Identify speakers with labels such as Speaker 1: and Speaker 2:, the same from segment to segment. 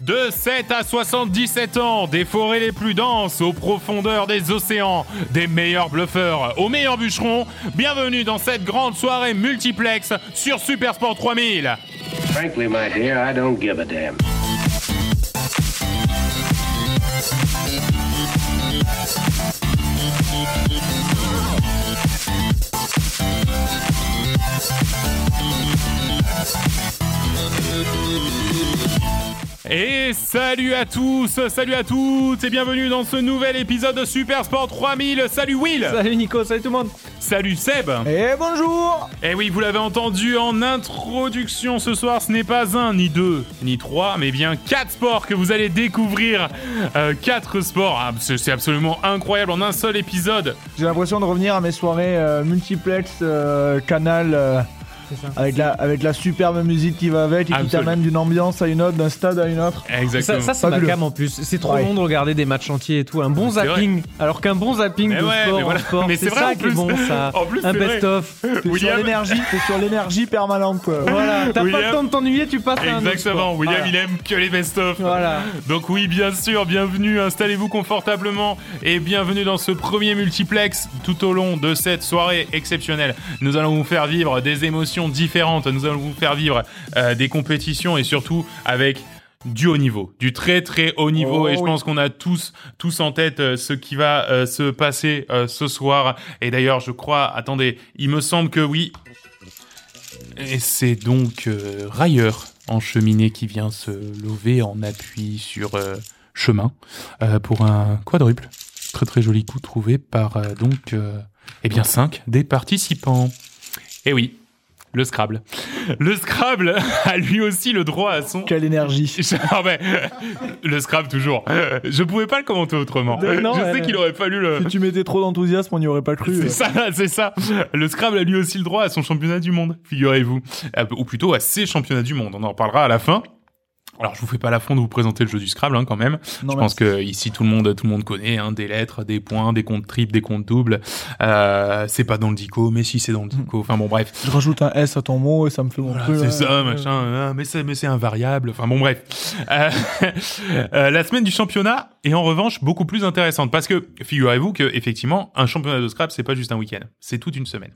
Speaker 1: De 7 à 77 ans, des forêts les plus denses aux profondeurs des océans, des meilleurs bluffeurs aux meilleurs bûcherons, bienvenue dans cette grande soirée multiplex sur Supersport 3000.
Speaker 2: Frankly, my dear, I don't give a damn.
Speaker 1: Et salut à tous, salut à toutes et bienvenue dans ce nouvel épisode de Super Sport 3000. Salut Will,
Speaker 3: Salut Nico, salut tout le monde
Speaker 1: salut Seb.
Speaker 3: Et bonjour
Speaker 1: Et Eh oui, vous l'avez entendu en introduction ce soir, ce n'est pas un, ni deux, ni trois, mais bien quatre sports que vous allez découvrir. Euh, quatre sports, Ah, c'est c'est absolument incroyable en un seul épisode.
Speaker 3: J'ai l'impression de revenir à mes soirées euh, multiplex, euh, canal, euh, avec, la, avec la superbe musique qui va avec et qui
Speaker 1: Absolument.
Speaker 3: t'amène d'une ambiance à une autre, d'un stade à une autre.
Speaker 1: Exactement.
Speaker 4: Ça, ça, c'est ma
Speaker 3: Fabuleux.
Speaker 4: cam en plus. C'est trop
Speaker 3: Ouais.
Speaker 4: long de regarder des matchs entiers et tout. Un bon
Speaker 1: C'est vrai.
Speaker 4: zapping. Alors qu'un bon zapping
Speaker 1: Mais
Speaker 4: de
Speaker 1: ouais,
Speaker 4: sport
Speaker 1: mais
Speaker 4: en
Speaker 1: voilà.
Speaker 4: sport,
Speaker 1: Mais c'est
Speaker 4: c'est
Speaker 1: vrai, en
Speaker 4: ça qui
Speaker 1: plus.
Speaker 4: est bon, ça.
Speaker 1: En plus,
Speaker 4: un
Speaker 1: c'est vrai.
Speaker 4: best-of.
Speaker 3: T'es sur
Speaker 1: William-
Speaker 3: l'énergie, t'es sur l'énergie permanente quoi.
Speaker 4: Voilà, t'as pas
Speaker 1: William-
Speaker 4: le temps de t'ennuyer, tu passes à un autre
Speaker 1: Exactement,
Speaker 4: sport.
Speaker 1: William
Speaker 4: Voilà.
Speaker 1: il aime que les best-of.
Speaker 4: Voilà.
Speaker 1: Donc oui, bien sûr, bienvenue, installez-vous confortablement et bienvenue dans ce premier multiplex. Tout au long de cette soirée exceptionnelle, nous allons vous faire vivre des émotions différentes, nous allons vous faire vivre euh, des compétitions et surtout avec du haut niveau, du très très haut niveau
Speaker 3: Oh
Speaker 1: et je
Speaker 3: oui.
Speaker 1: pense qu'on a tous tous en tête euh, ce qui va euh, se passer euh, ce soir et d'ailleurs je crois attendez, il me semble que oui. Et c'est donc euh, Railleur en cheminée qui vient se lever en appui sur euh, chemin euh, pour un quadruple. Très très joli coup trouvé par euh, donc euh, eh bien 5 des participants. Et oui, le Scrabble. Le Scrabble a lui aussi le droit à son
Speaker 3: Quelle énergie.
Speaker 1: ah ben, le Scrabble toujours. Je pouvais pas le commenter autrement.
Speaker 3: Euh, non,
Speaker 1: je
Speaker 3: euh,
Speaker 1: sais qu'il aurait fallu le.
Speaker 3: Si tu mettais trop d'enthousiasme, on n'y aurait pas cru.
Speaker 1: C'est
Speaker 3: euh.
Speaker 1: ça, c'est ça. Le Scrabble a lui aussi le droit à son championnat du monde, figurez-vous. Euh, Ou plutôt à ses championnats du monde. On en reparlera à la fin. Alors, je vous fais pas l'affront de vous présenter le jeu du Scrabble, hein, quand même. je
Speaker 3: Non, mais
Speaker 1: pense que ici, tout le monde, tout le monde connaît, hein, des lettres, des points, des comptes triples, des comptes doubles. Euh, c'est pas dans le dico, mais si c'est dans le dico. Enfin bon, bref.
Speaker 3: Je rajoute un S à ton mot et ça me fait mon
Speaker 1: Voilà,
Speaker 3: truc.
Speaker 1: c'est
Speaker 3: là.
Speaker 1: ça, machin. euh, mais c'est, mais c'est invariable. Enfin bon, bref. Euh, euh, la semaine du championnat est en revanche beaucoup plus intéressante parce que figurez-vous que effectivement, un championnat de scrap, c'est pas juste un week-end, c'est toute une semaine.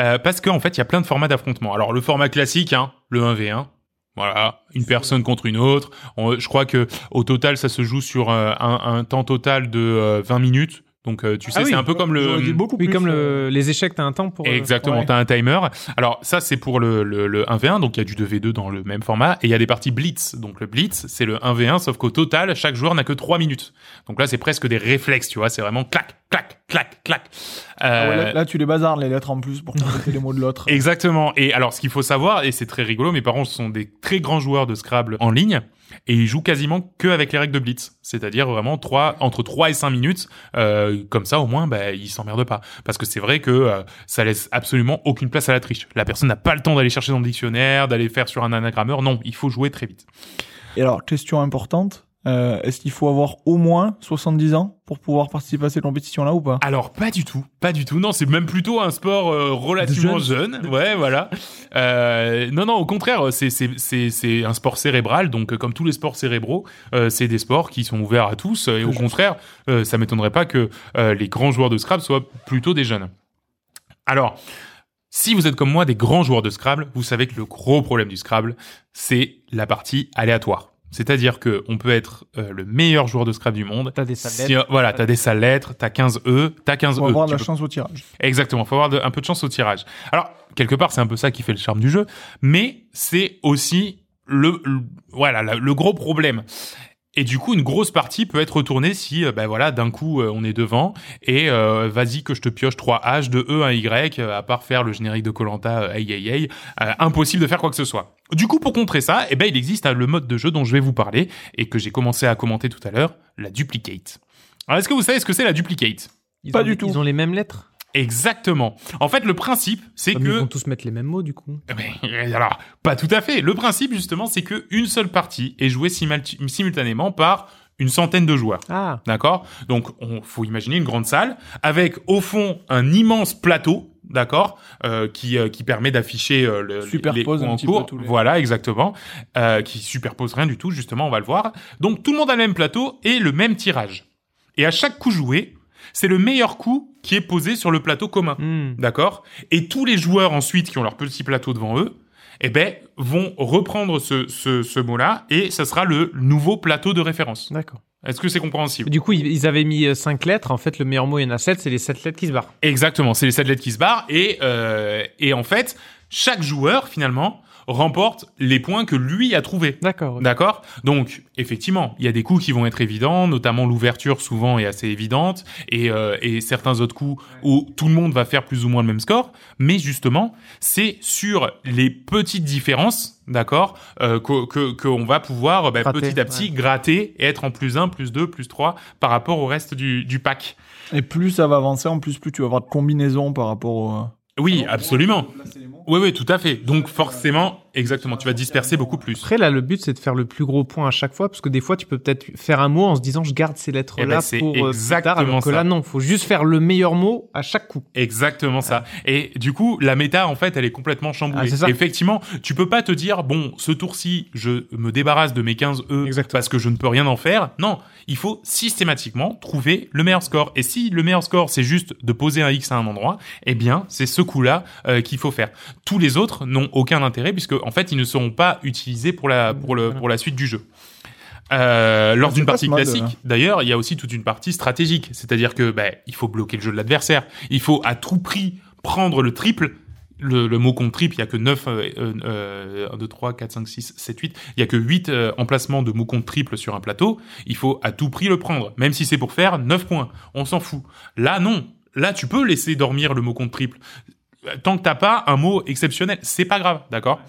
Speaker 1: Euh, parce qu'en fait, il y a plein de formats d'affrontement. Alors le format classique, hein, le 1v1. Voilà, une personne contre une autre. On- je crois que au total, ça se joue sur euh, un, un temps total de euh, 20 minutes. Donc euh, tu sais,
Speaker 4: Ah oui,
Speaker 1: c'est un peu comme le
Speaker 3: J'aurais dit beaucoup
Speaker 4: Oui,
Speaker 3: plus,
Speaker 4: comme
Speaker 3: euh,
Speaker 4: le- les échecs, t'as un temps pour. euh,
Speaker 1: Exactement,
Speaker 4: ouais.
Speaker 1: t'as un timer. Alors ça c'est pour le, le, le 1v1, donc il y a du 2v2 dans le même format, et il y a des parties blitz. Donc le blitz c'est le 1v1, sauf qu'au total chaque joueur n'a que 3 minutes. Donc là c'est presque des réflexes, tu vois, c'est vraiment clac, clac, clac, clac.
Speaker 3: Ah ouais,
Speaker 1: Euh,
Speaker 3: là, là, tu les bazardes les lettres en plus pour compléter les mots de l'autre.
Speaker 1: Exactement. Et alors, ce qu'il faut savoir, et c'est très rigolo, mes parents sont des très grands joueurs de Scrabble en ligne, et ils jouent quasiment que avec les règles de Blitz. C'est-à-dire vraiment trois, entre 3 et 5 minutes. Euh, comme ça, au moins, bah, ils s'emmerdent pas. Parce que c'est vrai que euh, ça laisse absolument aucune place à la triche. La personne n'a pas le temps d'aller chercher dans le dictionnaire, d'aller faire sur un anagrammeur. Non, il faut jouer très vite.
Speaker 3: Et alors, question importante, euh, est-ce qu'il faut avoir au moins 70 ans pour pouvoir participer à ces compétitions-là ou pas
Speaker 1: Alors pas du tout, pas du tout. Non, c'est même plutôt un sport euh, relativement jeune. Ouais, voilà. Euh, non, non, au contraire, c'est c'est c'est c'est un sport cérébral. Donc euh, comme tous les sports cérébraux, euh, c'est des sports qui sont ouverts à tous. Et au contraire, euh, ça m'étonnerait pas que euh, les grands joueurs de Scrabble soient plutôt des jeunes. Alors. Si vous êtes comme moi des grands joueurs de Scrabble, vous savez que le gros problème du Scrabble, c'est la partie aléatoire. C'est-à-dire que on peut être euh, le meilleur joueur de Scrabble du monde.
Speaker 4: T'as des sales
Speaker 1: Si, euh, voilà, t'as des sales lettres, t'as 15 E, t'as 15 E.
Speaker 3: Pour avoir
Speaker 1: tu
Speaker 3: de la
Speaker 1: peux-
Speaker 3: chance au tirage.
Speaker 1: Exactement, faut avoir de- un peu de chance au tirage. Alors, quelque part, c'est un peu ça qui fait le charme du jeu, mais c'est aussi le, le- voilà, la- le gros problème. Et du coup, une grosse partie peut être retournée si, euh, ben voilà, d'un coup, euh, on est devant et euh, vas-y que je te pioche 3 H, 2 E, 1 Y, euh, à part faire le générique de Colanta, aïe aïe aïe, euh, impossible de faire quoi que ce soit. Du coup, pour contrer ça, eh ben, il existe hein, le mode de jeu dont je vais vous parler et que j'ai commencé à commenter tout à l'heure, la duplicate. Alors, est-ce que vous savez ce que c'est la duplicate
Speaker 4: Ils
Speaker 3: Pas
Speaker 4: ont-
Speaker 3: du tout.
Speaker 4: Ils ont les mêmes lettres.
Speaker 1: Exactement. En fait, le principe, c'est
Speaker 4: Ah, mais Ils
Speaker 1: que
Speaker 4: vont tous mettre les mêmes mots, du coup.
Speaker 1: mais, alors, pas tout à fait. Le principe, justement, c'est que une seule partie est jouée simal- simultanément par une centaine de joueurs.
Speaker 4: Ah.
Speaker 1: D'accord Donc, on faut imaginer une grande salle avec, au fond, un immense plateau d'accord, euh, qui euh, qui permet d'afficher euh, le,
Speaker 3: Superpose
Speaker 1: les
Speaker 3: un
Speaker 1: coups en
Speaker 3: petit peu
Speaker 1: cours.
Speaker 3: tous les-
Speaker 1: Voilà, exactement, euh, qui superpose rien du tout. Justement, on va le voir. Donc tout le monde a le même plateau et le même tirage. Et à chaque coup joué, c'est le meilleur coup qui est posé sur le plateau commun.
Speaker 4: Hmm.
Speaker 1: D'accord Et tous les joueurs ensuite qui ont leur petit plateau devant eux, eh ben, vont reprendre ce, ce, ce mot-là et ça sera le nouveau plateau de référence.
Speaker 4: D'accord.
Speaker 1: Est-ce que c'est compréhensible
Speaker 4: Du coup, ils- ils avaient mis 5 lettres. En fait, le meilleur mot, il y en a 7. C'est les 7 lettres qui se barrent.
Speaker 1: Exactement, c'est les 7 lettres qui se barrent et, euh, et en fait, chaque joueur finalement remporte les points que lui a trouvés.
Speaker 4: D'accord.
Speaker 1: D'accord Donc, effectivement, il y a des coups qui vont être évidents, notamment l'ouverture souvent est assez évidente, et, euh, et certains autres coups où tout le monde va faire plus ou moins le même score, mais justement, c'est sur les petites différences, d'accord, euh, que que- qu'on va pouvoir bah,
Speaker 4: Gratter,
Speaker 1: petit à petit gratter et être en plus 1, plus 2, plus 3 par rapport au reste du, du pack.
Speaker 3: Et plus ça va avancer, en plus, plus tu vas avoir de combinaisons par rapport au. euh,
Speaker 1: Oui, absolument. Oui, oui, tout à fait. Donc forcément, exactement, tu vas disperser beaucoup plus.
Speaker 4: Après, là, le but, c'est de faire le plus gros point à chaque fois, parce que des fois, tu peux peut-être faire un mot en se disant, je garde ces
Speaker 1: Eh
Speaker 4: lettres-là
Speaker 1: ben, c'est
Speaker 4: pour euh, plus
Speaker 1: exactement
Speaker 4: tard, alors que
Speaker 1: ça.
Speaker 4: là, non, faut juste faire le meilleur mot à chaque coup.
Speaker 1: Exactement ça. Et du coup, la méta, en fait, elle est complètement chamboulée.
Speaker 4: Ah, c'est ça.
Speaker 1: Effectivement, tu peux pas te dire, bon, ce tour-ci, je me débarrasse de mes 15 E
Speaker 4: Exactement.
Speaker 1: parce que je ne peux rien en faire. Non, il faut systématiquement trouver le meilleur score. Et si le meilleur score, c'est juste de poser un X à un endroit, eh bien, c'est ce coup-là euh, qu'il faut faire. Tous les autres n'ont aucun intérêt puisque, en fait, ils ne seront pas utilisés pour la, pour le, pour la suite du jeu. Euh, lors
Speaker 3: Ah,
Speaker 1: d'une
Speaker 3: c'est pas
Speaker 1: partie
Speaker 3: ce mode,
Speaker 1: classique,
Speaker 3: là.
Speaker 1: d'ailleurs, il y a aussi toute une partie stratégique, c'est-à-dire que bah, il faut bloquer le jeu de l'adversaire, il faut à tout prix prendre le triple. Le, le mot compte triple, il y a que euh, 9, 1, 2, 3, 4, 5, 6, 7, 8. Il y a que 8 emplacements de mots compte triple sur un plateau. Il faut à tout prix le prendre, même si c'est pour faire 9 points. On s'en fout. Là, non. Là, tu peux laisser dormir le mot compte triple. Tant que t'as pas un mot exceptionnel, c'est pas grave, d'accord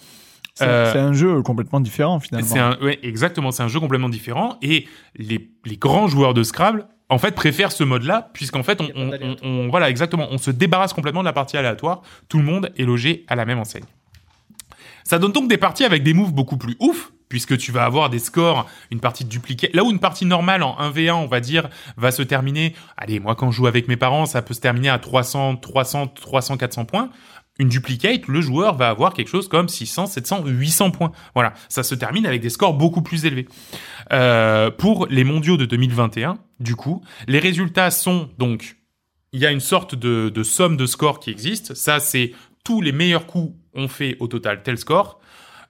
Speaker 3: C'est
Speaker 1: Euh,
Speaker 3: c'est un jeu complètement différent finalement.
Speaker 1: c'est un, ouais, exactement, c'est un jeu complètement différent et les, les grands joueurs de Scrabble en fait préfèrent ce mode-là puisqu'en fait on, on- on- voilà exactement, on se débarrasse complètement de la partie aléatoire. Tout le monde est logé à la même enseigne. Ça donne donc des parties avec des moves beaucoup plus ouf puisque tu vas avoir des scores, une partie dupliquée. Là où une partie normale en 1v1, on va dire, va se terminer, allez, moi quand je joue avec mes parents, ça peut se terminer à 300, 300, 300, 400 points une duplicate, le joueur va avoir quelque chose comme 600, 700, 800 points. Voilà, ça se termine avec des scores beaucoup plus élevés. Euh, pour les mondiaux de 2021, du coup, les résultats sont donc, il y a une sorte de, de somme de scores qui existe. Ça, c'est tous les meilleurs coups ont fait au total tel score.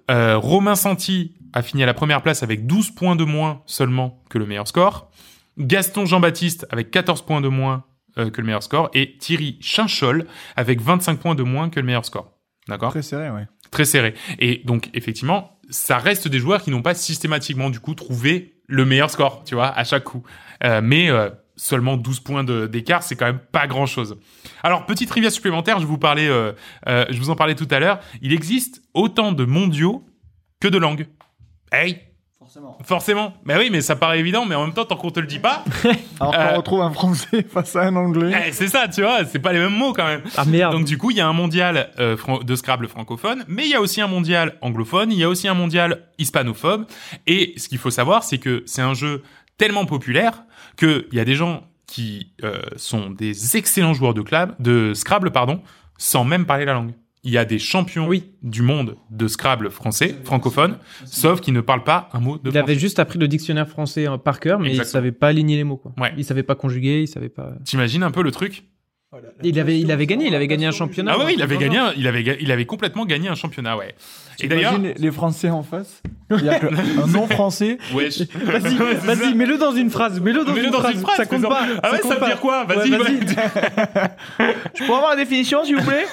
Speaker 1: Euh, Romain Santi a fini à la première place avec 12 points de moins seulement que le meilleur score. Gaston Jean-Baptiste avec 14 points de moins euh, que le meilleur score. Et Thierry Chinchol avec 25 points de moins que le meilleur score. D'accord
Speaker 3: Très serré, ouais.
Speaker 1: Très serré. Et donc, effectivement, ça reste des joueurs qui n'ont pas systématiquement, du coup, trouvé le meilleur score, tu vois, à chaque coup. Euh, mais euh, seulement 12 points de- d'écart, c'est quand même pas grand-chose. Alors, petite trivia supplémentaire, je vous, parlais, euh, euh, je vous en parlais tout à l'heure. Il existe autant de mondiaux que de langues. Hey
Speaker 3: Forcément.
Speaker 1: Forcément. Bah oui, mais ça paraît évident, mais en même temps, tant qu'on te le dit pas,
Speaker 3: Alors
Speaker 1: Euh,
Speaker 3: qu'on retrouve un français face à un anglais.
Speaker 1: eh, c'est ça, tu vois, c'est pas les mêmes mots quand même.
Speaker 4: Ah merde.
Speaker 1: Donc du coup, il y a un mondial euh, fran- de Scrabble francophone, mais il y a aussi un mondial anglophone, il y a aussi un mondial hispanophobe. Et ce qu'il faut savoir, c'est que c'est un jeu tellement populaire que il y a des gens qui euh, sont des excellents joueurs de, clab- de Scrabble, pardon, sans même parler la langue. Il y a des champions
Speaker 4: Oui.
Speaker 1: du monde de Scrabble français, francophone, sauf qu'ils ne parlent pas un mot de
Speaker 4: il avait
Speaker 1: français.
Speaker 4: juste appris le dictionnaire français hein, par cœur, mais il
Speaker 1: Exactement.
Speaker 4: savait pas aligner les mots, quoi.
Speaker 1: Ouais.
Speaker 4: Il savait pas conjuguer, il savait pas.
Speaker 1: T'imagines un peu le truc
Speaker 4: Il avait, il avait gagné, il avait gagné un championnat.
Speaker 1: Ah ouais,
Speaker 4: ouais.
Speaker 1: il avait gagné, un- il avait, ga- il avait complètement gagné un championnat, ouais. Et d'ailleurs,
Speaker 3: T'imagines les- les Français en face. Il y a que un non-français.
Speaker 1: wesh.
Speaker 4: Vas-y,
Speaker 1: Ouais, c'est ça.
Speaker 4: vas-y, mets-le dans une phrase, mets-le dans,
Speaker 1: Mets-le
Speaker 4: une,
Speaker 1: dans
Speaker 4: phrase.
Speaker 1: une phrase,
Speaker 4: ça compte
Speaker 1: mais
Speaker 4: pas.
Speaker 1: Ah ouais,
Speaker 4: compte
Speaker 1: ça veut
Speaker 4: pas.
Speaker 1: dire quoi Vas-y,
Speaker 4: Ouais,
Speaker 1: vas-y.
Speaker 3: Je peux avoir la définition, s'il vous plaît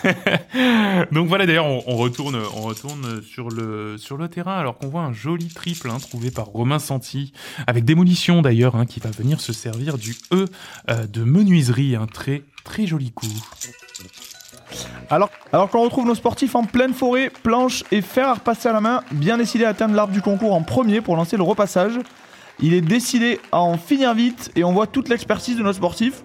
Speaker 1: Donc voilà, d'ailleurs, on, on retourne, on retourne sur le sur le terrain alors qu'on voit un joli triple hein, trouvé par Romain Santi avec démolition d'ailleurs hein, qui va venir se servir du E euh, de menuiserie, un très très joli coup.
Speaker 3: Alors, alors qu'on retrouve nos sportifs en pleine forêt, planche et fer à repasser à la main, bien décidé à atteindre l'arbre du concours en premier pour lancer le repassage. Il est décidé à en finir vite et on voit toute l'expertise de nos sportifs.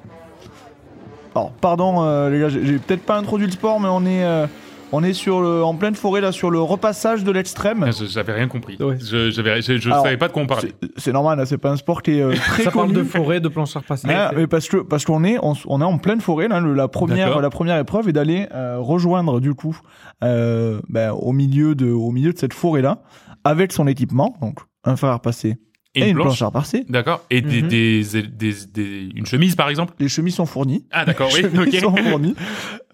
Speaker 3: Alors, pardon euh, les gars, j'ai j'ai peut-être pas introduit le sport, mais on est, euh, On est sur le, en pleine forêt, là, sur le repassage de l'extrême.
Speaker 1: Ah, Je- J'avais rien compris.
Speaker 4: Ouais.
Speaker 1: Je, j'avais- je, je
Speaker 3: Alors,
Speaker 1: savais pas de quoi on parlait.
Speaker 3: C'est- C'est normal, là, c'est pas un sport qui est euh, très
Speaker 4: Ça parle
Speaker 3: connu.
Speaker 4: de forêt, de planches à repasser.
Speaker 3: Hein, mais parce que parce qu'on est on, s- on est en pleine forêt là, le- la première
Speaker 1: D'accord.
Speaker 3: la première épreuve est d'aller euh, rejoindre du coup euh, ben, au milieu de au milieu de cette forêt là avec son équipement donc un fer à repasser et, une planche, hein. à repasser.
Speaker 1: D'accord. Et des,
Speaker 4: Mhm.
Speaker 1: des, des, des- une chemise, par exemple
Speaker 3: Les chemises sont fournies.
Speaker 1: Ah, d'accord, oui.
Speaker 3: Les chemises
Speaker 1: ok.
Speaker 3: sont fournies.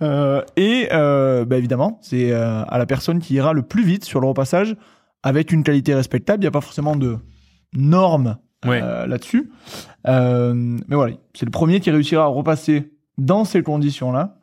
Speaker 3: Euh, et euh, ben, évidemment c'est euh, à la personne qui ira le plus vite sur le repassage avec une qualité respectable. Il n'y a pas forcément de normes
Speaker 1: Ouais.
Speaker 3: euh, là-dessus. Euh, mais voilà, c'est le premier qui réussira à repasser dans ces conditions-là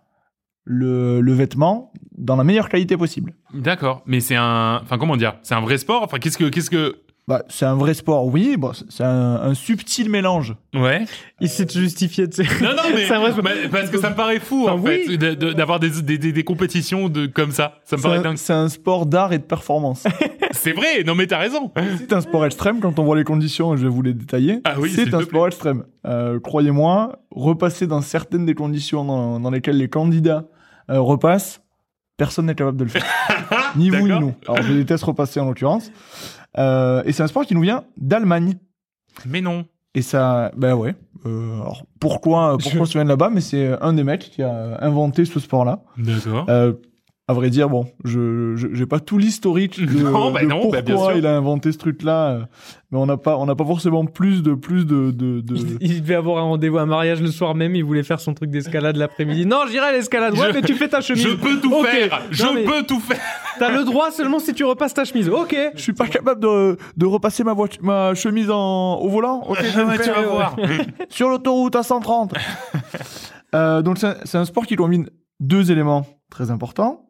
Speaker 3: le, le vêtement dans la meilleure qualité possible.
Speaker 1: D'accord. Mais c'est un. Enfin, comment dire C'est un vrai sport Enfin, qu'est-ce que. Qu'est-ce que...
Speaker 3: Bah, c'est un vrai sport, oui, bon, c'est- c'est un, un subtil mélange.
Speaker 1: Ouais.
Speaker 4: Il s'est justifié, tu sais.
Speaker 1: Non, non, mais.
Speaker 4: C'est un vrai sport.
Speaker 1: Bah, parce que ça me paraît fou,
Speaker 4: Enfin,
Speaker 1: en
Speaker 4: oui.
Speaker 1: fait, de- de- d'avoir des, des, des, des compétitions de, comme ça. Ça me
Speaker 3: C'est
Speaker 1: paraît
Speaker 3: un,
Speaker 1: dingue.
Speaker 3: c'est un sport d'art et de performance.
Speaker 1: C'est vrai, non, mais t'as raison.
Speaker 3: c'est un sport extrême, quand on voit les conditions, je vais vous les détailler.
Speaker 1: Ah oui, s'il
Speaker 3: c'est un
Speaker 1: te
Speaker 3: sport extrême. Euh, Croyez-moi, repasser dans certaines des conditions dans, dans lesquelles les candidats euh, repassent, personne n'est capable de le faire. ni vous ni
Speaker 1: D'accord.
Speaker 3: nous. Alors je déteste repasser en l'occurrence. Euh, et c'est un sport qui nous vient d'Allemagne.
Speaker 1: Mais non.
Speaker 3: Et ça, ben ouais. Euh, alors pourquoi, pourquoi on se vient de là-bas Mais c'est un des mecs qui a inventé ce sport-là.
Speaker 1: D'accord.
Speaker 3: Euh, à vrai dire, bon, je je- j'ai pas tout l'historique de,
Speaker 1: Non, bah
Speaker 3: de
Speaker 1: non, bah
Speaker 3: pourquoi
Speaker 1: bien sûr.
Speaker 3: il a inventé ce truc-là, euh, mais on n'a pas on n'a pas forcément plus de plus de de, de-
Speaker 4: Il, il devait avoir un rendez-vous, un mariage le soir même. Il voulait faire son truc d'escalade l'après-midi. Non, j'irai à l'escalade. Ouais,
Speaker 1: Je-
Speaker 4: mais tu fais ta chemise.
Speaker 1: Je peux tout
Speaker 4: Ok.
Speaker 1: faire. Je
Speaker 4: Non, mais
Speaker 1: peux tout faire.
Speaker 4: T'as le droit seulement si tu repasses ta chemise. Ok.
Speaker 3: Je suis pas capable de, de repasser ma voiture, ma chemise en, au volant. Ok,
Speaker 4: Ah
Speaker 3: je vais le
Speaker 1: tu
Speaker 3: faire,
Speaker 1: vas
Speaker 3: ouais.
Speaker 1: voir.
Speaker 3: sur l'autoroute à 130. Euh, donc c'est un- c'est un sport qui combine deux éléments très importants.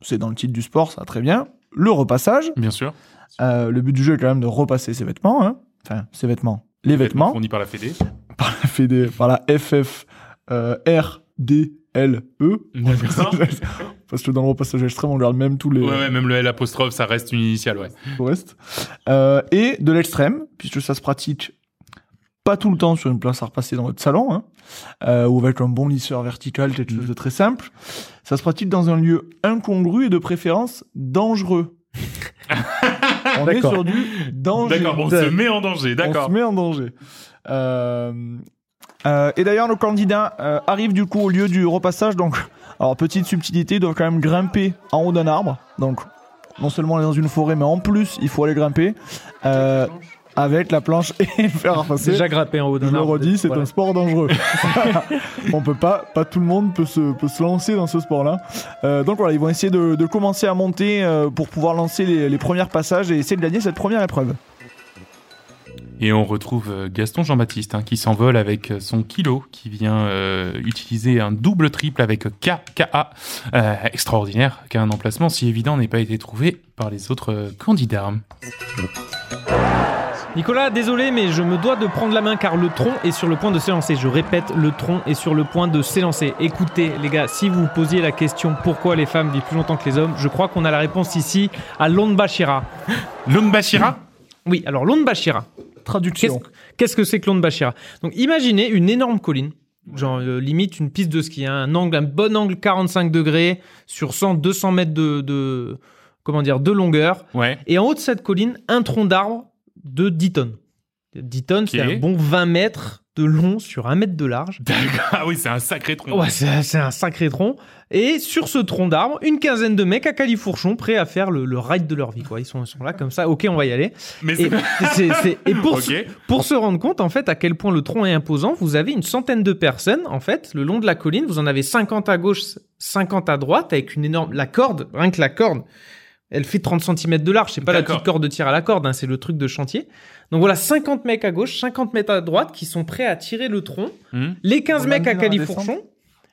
Speaker 3: C'est dans le titre du sport, ça très bien. Le repassage.
Speaker 1: Bien sûr.
Speaker 3: Euh, le but du jeu est quand même de repasser ses vêtements. hein. Enfin, ses vêtements. Les vêtements.
Speaker 1: Fourni par la Fédé.
Speaker 3: Par la, FED, par la FF euh, R, D, L, E.
Speaker 1: D'accord.
Speaker 3: Parce que dans le repassage extrême, on garde même tous les,
Speaker 1: Ouais, ouais, même le L apostrophe, ça reste une initiale, ouais.
Speaker 3: au reste. Euh, et de l'extrême, puisque ça se pratique pas tout le temps sur une place à repasser dans votre salon, hein, euh, ou avec un bon lisseur vertical, quelque chose de très simple. Ça se pratique dans un lieu incongru et de préférence dangereux. On est
Speaker 4: D'accord.
Speaker 3: sur du danger.
Speaker 1: D'accord, on
Speaker 3: Da-
Speaker 1: se met en danger,
Speaker 3: on
Speaker 1: d'accord.
Speaker 3: se met en danger. Euh, euh, et d'ailleurs, nos candidats euh, arrivent du coup au lieu du repassage. Donc, alors petite subtilité, ils doivent quand même grimper en haut d'un arbre. Donc, non seulement on est dans une forêt, mais en plus, il faut aller grimper euh, avec la planche et le fer à repasser.
Speaker 4: Déjà grappé en haut
Speaker 3: Je
Speaker 4: d'un
Speaker 3: le
Speaker 4: arbre.
Speaker 3: redis, c'est
Speaker 4: Voilà.
Speaker 3: un sport dangereux. on peut pas, pas tout le monde peut se, peut se lancer dans ce sport-là. Euh, donc voilà, ils vont essayer de, de commencer à monter euh, pour pouvoir lancer les, les premiers passages et essayer de gagner cette première épreuve.
Speaker 1: Et on retrouve euh, Gaston Jean-Baptiste hein, qui s'envole avec euh, son kilo, qui vient euh, utiliser un double triple avec KKA. Euh, extraordinaire qu'un emplacement si évident n'ait pas été trouvé par les autres euh, candidats.
Speaker 4: Nicolas, désolé, mais je me dois de prendre la main car le tronc est sur le point de s'élancer. Je répète, le tronc est sur le point de s'élancer. Écoutez, les gars, si vous posiez la question pourquoi les femmes vivent plus longtemps que les hommes, je crois qu'on a la réponse ici à Londbashira.
Speaker 1: Longbashira
Speaker 4: Oui, alors Londbashira. Qu'est-ce
Speaker 3: Traduction.
Speaker 4: qu'est-ce que c'est que Londbashira Donc imaginez une énorme colline, genre euh, limite une piste de ski, hein, un angle, un bon angle 45 degrés sur 100, 200 mètres de, de- comment dire, de longueur.
Speaker 1: Ouais.
Speaker 4: Et en haut de cette colline, un tronc d'arbre de 10 tonnes. 10 tonnes, c'est
Speaker 1: Ok.
Speaker 4: un bon 20 mètres de long sur 1 mètre de large.
Speaker 1: D'accord. Ah oui, c'est un sacré tronc.
Speaker 4: Ouais, c'est c'est un sacré tronc. Et sur ce tronc d'arbre, une quinzaine de mecs à califourchon prêts à faire le, le ride de leur vie. Quoi. Ils, sont, ils sont là comme ça, ok, on va y aller.
Speaker 1: Mais
Speaker 4: Et,
Speaker 1: c'est...
Speaker 4: c'est- c'est- et pour,
Speaker 1: Ok.
Speaker 4: se- pour se rendre compte, en fait, à quel point le tronc est imposant, vous avez une centaine de personnes, en fait, le long de la colline. Vous en avez 50 à gauche, 50 à droite, avec une énorme. La corde, rien que la corde, elle fait 30 cm de large. C'est pas la
Speaker 1: D'accord.
Speaker 4: petite corde de tir à la corde, hein, c'est le truc de chantier. Donc voilà, 50 mecs à gauche, 50 mètres à droite qui sont prêts à tirer le tronc.
Speaker 1: Hmm.
Speaker 4: Les 15
Speaker 3: On
Speaker 4: mecs
Speaker 3: l'a
Speaker 4: à
Speaker 3: mis dans la
Speaker 4: califourchon.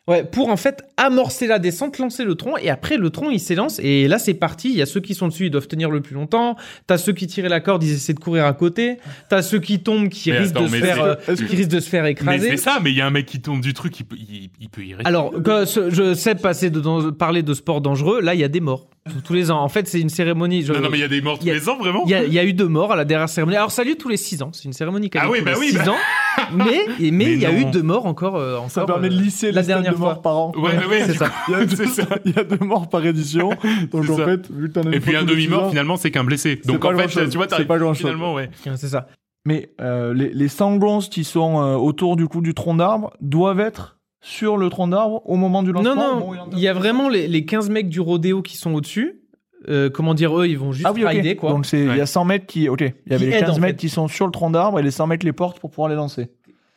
Speaker 4: Ouais, pour en fait amorcer la descente, lancer le tronc, et après le tronc il s'élance, et là c'est parti. Il y a ceux qui sont dessus, ils doivent tenir le plus longtemps. T'as ceux qui tiraient la corde, ils essaient de courir à côté. T'as ceux qui tombent, qui,
Speaker 1: Mais
Speaker 4: risquent,
Speaker 1: attends,
Speaker 4: de se
Speaker 1: mais
Speaker 4: faire,
Speaker 1: c'est-
Speaker 4: euh,
Speaker 3: est-ce que-
Speaker 4: qui risquent de se faire
Speaker 1: Mais
Speaker 4: écraser.
Speaker 1: c'est ça, mais il y a un mec qui tombe du truc, il peut, il, il peut y rester.
Speaker 4: Alors, que ce- je sais passer de dans- parler de sport dangereux, là il y a des morts tous- tous les ans. En fait, c'est une cérémonie. je-
Speaker 1: non, non, mais il y a des morts tous
Speaker 4: il y a-
Speaker 1: les ans, vraiment
Speaker 4: il y, a, il y a eu deux morts à la dernière cérémonie. Alors, salut tous les six ans. C'est une cérémonie qui a
Speaker 1: Ah
Speaker 4: lieu
Speaker 1: oui,
Speaker 4: tous
Speaker 1: bah
Speaker 4: les
Speaker 1: oui,
Speaker 4: six
Speaker 1: bah-
Speaker 4: ans. Mais, et- mais
Speaker 1: Mais
Speaker 4: il y a
Speaker 1: non.
Speaker 4: eu deux morts encore. euh, encore
Speaker 3: Ça permet de
Speaker 4: euh,
Speaker 3: lisser
Speaker 4: la
Speaker 3: la
Speaker 4: dernière
Speaker 3: dernière de morts
Speaker 4: fois.
Speaker 3: par an.
Speaker 1: Ouais, ouais,
Speaker 4: c'est
Speaker 1: du
Speaker 4: ça.
Speaker 1: coup,
Speaker 3: Il y, a deux,
Speaker 1: C'est ça.
Speaker 3: il y a deux morts par édition. Donc
Speaker 1: C'est
Speaker 3: en
Speaker 1: ça.
Speaker 3: fait, vu que t'en as une
Speaker 1: Et puis
Speaker 3: photo
Speaker 1: un
Speaker 3: de
Speaker 1: demi-mort
Speaker 3: celui-là-
Speaker 1: finalement c'est qu'un blessé.
Speaker 3: C'est
Speaker 1: Donc
Speaker 3: pas
Speaker 1: en fait,
Speaker 3: grand-chose.
Speaker 1: tu vois,
Speaker 3: C'est
Speaker 1: t'arrives-
Speaker 3: pas grand-chose.
Speaker 1: finalement, ouais.
Speaker 4: C'est ça.
Speaker 3: Mais euh, les, les sanglons qui sont euh, autour du coup du tronc d'arbre doivent être sur le tronc d'arbre au moment du lancement.
Speaker 4: Non,
Speaker 3: au moment où
Speaker 4: non,
Speaker 3: entame-
Speaker 4: il y a vraiment les, les 15 mecs du rodéo qui sont au-dessus. Euh, comment dire, eux, ils vont juste
Speaker 3: Ah oui, ok.
Speaker 4: rider, quoi.
Speaker 3: Donc c'est il y a
Speaker 1: Ouais.
Speaker 3: 100 mètres qui ok, il y avait
Speaker 4: Qui
Speaker 3: les
Speaker 4: aident,
Speaker 3: 15
Speaker 4: en
Speaker 3: mètres
Speaker 4: fait.
Speaker 3: qui sont sur le tronc d'arbre et les 100 mètres les portes pour pouvoir les lancer.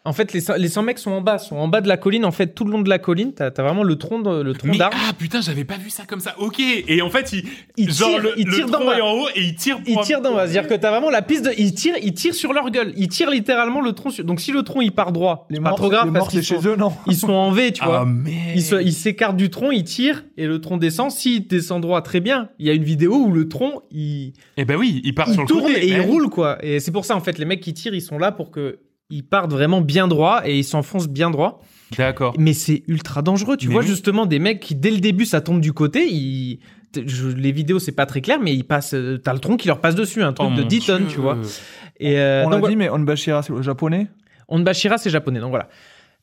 Speaker 4: En fait, les, cin- les 100 mecs sont en bas, sont en bas de la colline. En fait, tout le long de la colline, t'as as vraiment le tronc de- le tronc
Speaker 1: Mais,
Speaker 4: d'arbre.
Speaker 1: ah putain, j'avais pas vu ça comme ça. OK. Et en fait, il,
Speaker 4: Ils
Speaker 1: genre
Speaker 4: tirent-
Speaker 1: le,
Speaker 4: ils
Speaker 1: le
Speaker 4: tirent d'en
Speaker 1: tronc
Speaker 4: bas.
Speaker 1: est en haut et il tire
Speaker 4: Ils tirent d'en bas. C'est-à-dire que t'as vraiment la piste de. Ils tirent, ils tirent sur leur gueule. Ils tirent littéralement le tronc. sur- Donc si le tronc il part droit,
Speaker 3: Les
Speaker 4: c'est pas
Speaker 3: morts,
Speaker 4: trop grave
Speaker 3: les
Speaker 4: parce
Speaker 3: morts, c'est
Speaker 4: qu'ils
Speaker 3: chez
Speaker 4: sont,
Speaker 3: eux non.
Speaker 4: ils sont en V, tu vois.
Speaker 1: Ah mais
Speaker 4: Ils se- ils s'écartent du tronc, ils tirent et le tronc descend. S'il descend droit, très bien. Il y a une vidéo où le tronc il,
Speaker 1: Eh ben oui, il part
Speaker 4: il
Speaker 1: sur le
Speaker 4: tourne
Speaker 1: côté.
Speaker 4: et il
Speaker 1: mais-
Speaker 4: roule quoi. Et c'est pour ça en fait les mecs qui tirent, ils sont là pour que ils partent vraiment bien droit et ils s'enfoncent bien droit.
Speaker 1: D'accord.
Speaker 4: Mais c'est ultra dangereux. Tu
Speaker 1: Mais
Speaker 4: vois
Speaker 1: oui.
Speaker 4: justement des mecs qui dès le début ça tombe du côté. Ils... t- je- Les vidéos c'est pas très clair mais ils passent. euh, T'as le tronc qui leur passe dessus, un truc
Speaker 1: Oh
Speaker 4: de
Speaker 1: mon
Speaker 4: 10 tonnes,
Speaker 1: Dieu.
Speaker 4: tu vois. Et euh,
Speaker 3: On
Speaker 4: donc,
Speaker 3: l'a
Speaker 4: voilà.
Speaker 3: dit mais Onbashira c'est le japonais.
Speaker 4: Onbashira, c'est japonais, donc voilà.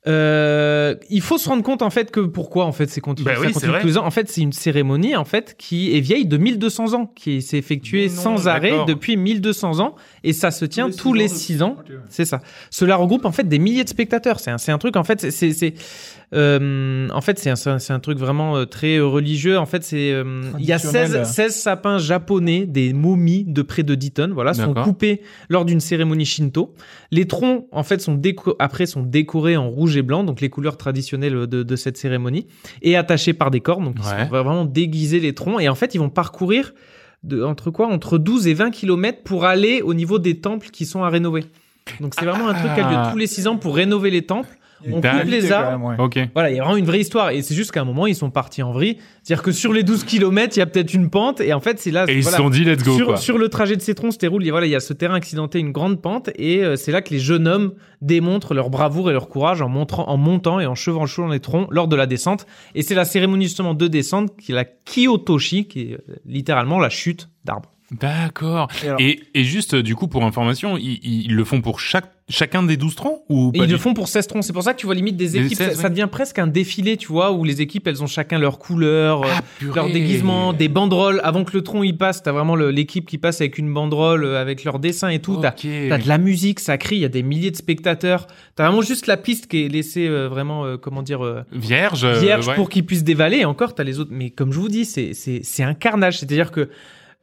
Speaker 4: Euh, il faut se rendre compte en fait que pourquoi en fait c'est continu,
Speaker 1: Bah
Speaker 4: ça
Speaker 1: oui, c'est
Speaker 4: continue
Speaker 1: vrai.
Speaker 4: tous les ans. En fait, c'est une cérémonie en fait qui est vieille de 1200 ans, qui s'est effectuée
Speaker 1: Mais non,
Speaker 4: sans arrêt
Speaker 1: d'accord.
Speaker 4: depuis 1200 ans et ça se tient tous les 6 ans. C'est ça. Cela regroupe en fait des milliers de spectateurs. C'est un, c'est un truc en fait, c'est- c'est, c'est, euh, en fait, c'est un, c'est un- c'est un truc vraiment euh, très euh, religieux. En fait, c'est, euh, il y a 16,
Speaker 3: Traditionnel.
Speaker 4: 16 sapins japonais, des momies de près de 10 tonnes, voilà, sont
Speaker 1: D'accord.
Speaker 4: coupés lors d'une cérémonie shinto. Les troncs, en fait, sont déco- après sont décorés en rouge et blanc, donc les couleurs traditionnelles de, de cette cérémonie, et attachés par des cordes. Donc, ils
Speaker 1: Ouais.
Speaker 4: sont vraiment déguiser les troncs. Et en fait, ils vont parcourir de, entre quoi Entre 12 et 20 kilomètres pour aller au niveau des temples qui sont à rénover. Donc, c'est vraiment un truc qui a lieu
Speaker 1: Ah.
Speaker 4: tous les 6 ans pour rénover les temples. On
Speaker 1: D'accord.
Speaker 4: coupe les arbres.
Speaker 1: OK.
Speaker 4: Voilà, il y a vraiment une vraie histoire. Et c'est juste qu'à un moment, ils sont partis en vrille. C'est-à-dire que sur les 12 kilomètres, il y a peut-être une pente. Et en fait, c'est là.
Speaker 1: Et ils se
Speaker 4: voilà.
Speaker 1: sont dit let's go
Speaker 4: Sur,
Speaker 1: quoi.
Speaker 4: sur le trajet de ces troncs, se déroule, il y a- voilà, il y a ce terrain accidenté, une grande pente, et euh, c'est là que les jeunes hommes démontrent leur bravoure et leur courage en, montrant, en montant et en chevanchant les troncs lors de la descente. Et c'est la cérémonie justement de descente qui est la Kyotoshi, qui est euh, littéralement la chute d'arbres.
Speaker 1: D'accord.
Speaker 3: Et alors-
Speaker 1: Et, et juste euh, du coup pour information, ils, ils- ils le font pour chaque chacun des 12 troncs ou
Speaker 4: Et
Speaker 1: pas
Speaker 4: ils
Speaker 1: du
Speaker 4: le font pour 16 troncs. C'est pour ça que tu vois limite des
Speaker 1: Des
Speaker 4: équipes, ça,
Speaker 1: 16,
Speaker 4: ça devient presque un défilé, tu vois, où les équipes, elles ont chacun leur couleur,
Speaker 1: Ah,
Speaker 4: euh, leur déguisement, des banderoles. Avant que le tronc y passe, t'as vraiment le- l'équipe qui passe avec une banderole, euh, avec leur dessin et tout.
Speaker 1: Oh.
Speaker 4: T'as- T'as de la musique, ça crie, il y a des milliers de spectateurs. T'as vraiment juste la piste qui est laissée euh, vraiment, euh, comment dire, euh,
Speaker 1: Vierge. euh,
Speaker 4: vierge
Speaker 1: ouais.
Speaker 4: pour qu'ils puissent dévaler. Et encore, t'as les autres. Mais comme je vous dis, c'est c'est c'est un carnage. C'est-à-dire que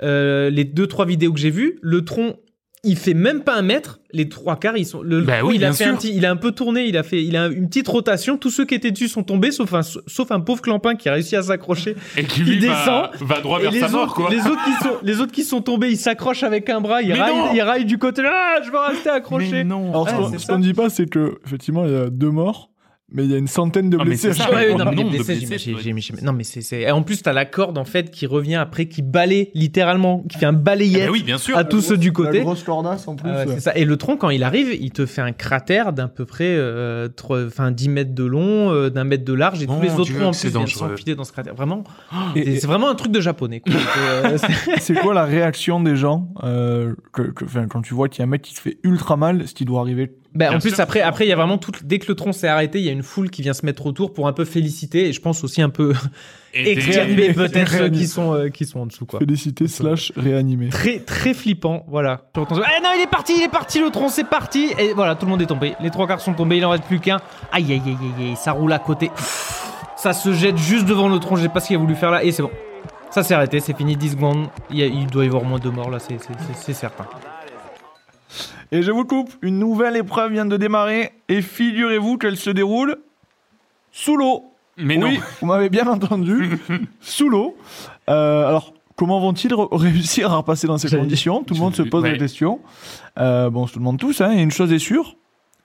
Speaker 4: euh, les deux trois vidéos que j'ai vues, le tronc, il fait même pas un mètre. Les trois quarts, ils sont. Le, le
Speaker 1: Bah
Speaker 4: tronc,
Speaker 1: oui,
Speaker 4: il a
Speaker 1: bien
Speaker 4: fait un
Speaker 1: sûr.
Speaker 4: petit, il a un peu tourné, il a fait, il a une petite rotation. Tous ceux qui étaient dessus sont tombés, sauf un sauf un pauvre clampin qui a réussi à s'accrocher.
Speaker 1: et qui
Speaker 4: il
Speaker 1: lui
Speaker 4: descend,
Speaker 1: va, va droit
Speaker 4: Et
Speaker 1: vers
Speaker 4: les
Speaker 1: sa
Speaker 4: autres,
Speaker 1: mort quoi.
Speaker 4: les autres qui sont les autres qui sont tombés, ils s'accrochent avec un bras, ils
Speaker 1: Mais non
Speaker 4: raillent, ils raillent du côté. Ah, je vais rester accroché.
Speaker 1: Mais non.
Speaker 3: Alors,
Speaker 4: Ouais,
Speaker 3: ce qu'on-
Speaker 4: c'est
Speaker 3: ce
Speaker 4: ça.
Speaker 3: qu'on ne dit pas, c'est que effectivement, il y a deux morts, mais il y a une centaine de
Speaker 1: Ah, mais
Speaker 3: blessés.
Speaker 1: c'est ça.
Speaker 4: Ouais, ouais,
Speaker 1: Bon
Speaker 4: non, mais
Speaker 1: nombre
Speaker 4: les
Speaker 1: de
Speaker 4: blessés,
Speaker 1: blessés,
Speaker 4: j'imagine,
Speaker 1: ouais.
Speaker 4: j'imagine. Non, mais c'est, c'est- et En plus, t'as la corde, en fait, qui revient après, qui balaye littéralement, qui fait un
Speaker 1: Eh
Speaker 4: balayette
Speaker 1: ben oui, bien sûr.
Speaker 4: à tous ceux du
Speaker 3: La
Speaker 4: côté.
Speaker 3: grosse cordasse en plus.
Speaker 4: Ah ouais, c'est ça. Et le tronc, quand il arrive, il te fait un cratère d'à peu près euh, trois- enfin, 10 mètres de long, euh, d'un mètre de large, et
Speaker 1: Mon
Speaker 4: tous les autres
Speaker 1: Dieu,
Speaker 4: troncs en
Speaker 1: que
Speaker 4: plus
Speaker 1: c'est
Speaker 4: viennent
Speaker 1: dangereux.
Speaker 4: s'empiler dans ce cratère. Vraiment,
Speaker 3: Et-
Speaker 4: c'est, c'est vraiment un truc de japonais. quoi. C'est, euh, c'est-
Speaker 3: et c'est quoi la réaction des gens euh, que, que- enfin, quand tu vois qu'il y a un mec qui se fait ultra mal, ce qui doit arriver
Speaker 4: Ben, en
Speaker 1: Bien
Speaker 4: plus,
Speaker 1: sûr.
Speaker 4: après, après, il y a vraiment tout. Dès que le tronc s'est arrêté, il y a une foule qui vient se mettre autour pour un peu féliciter, et je pense aussi un peu
Speaker 1: Et des-
Speaker 4: éclairer peut-être ceux
Speaker 3: réanimer.
Speaker 4: qui sont, euh, qui sont en dessous, quoi.
Speaker 3: félicité slash réanimé.
Speaker 4: Très très flippant, voilà. Tu entends ça, Ah non, il est parti, il est parti, le tronc, c'est parti. Et voilà, tout le monde est tombé. Les trois quarts sont tombés, il en reste plus qu'un. Aïe aïe aïe aïe, aïe, ça roule à côté. Ça se jette juste devant le tronc, je sais pas ce qu'il a voulu faire là, et c'est bon. Ça s'est arrêté, c'est fini, 10 secondes. Il, y a- il doit y avoir au moins deux morts là, c'est- c'est c'est- c'est certain.
Speaker 3: Et je vous coupe, une nouvelle épreuve vient de démarrer et figurez-vous qu'elle se déroule sous l'eau.
Speaker 1: Mais non.
Speaker 3: Oui, vous m'avez bien entendu, sous l'eau. Euh, alors, comment vont-ils re- réussir à repasser dans ces
Speaker 4: J'allais
Speaker 3: conditions Tout le monde se pose la
Speaker 1: Ouais.
Speaker 3: question. Euh, bon, on se le demande tous, hein, et une chose est sûre,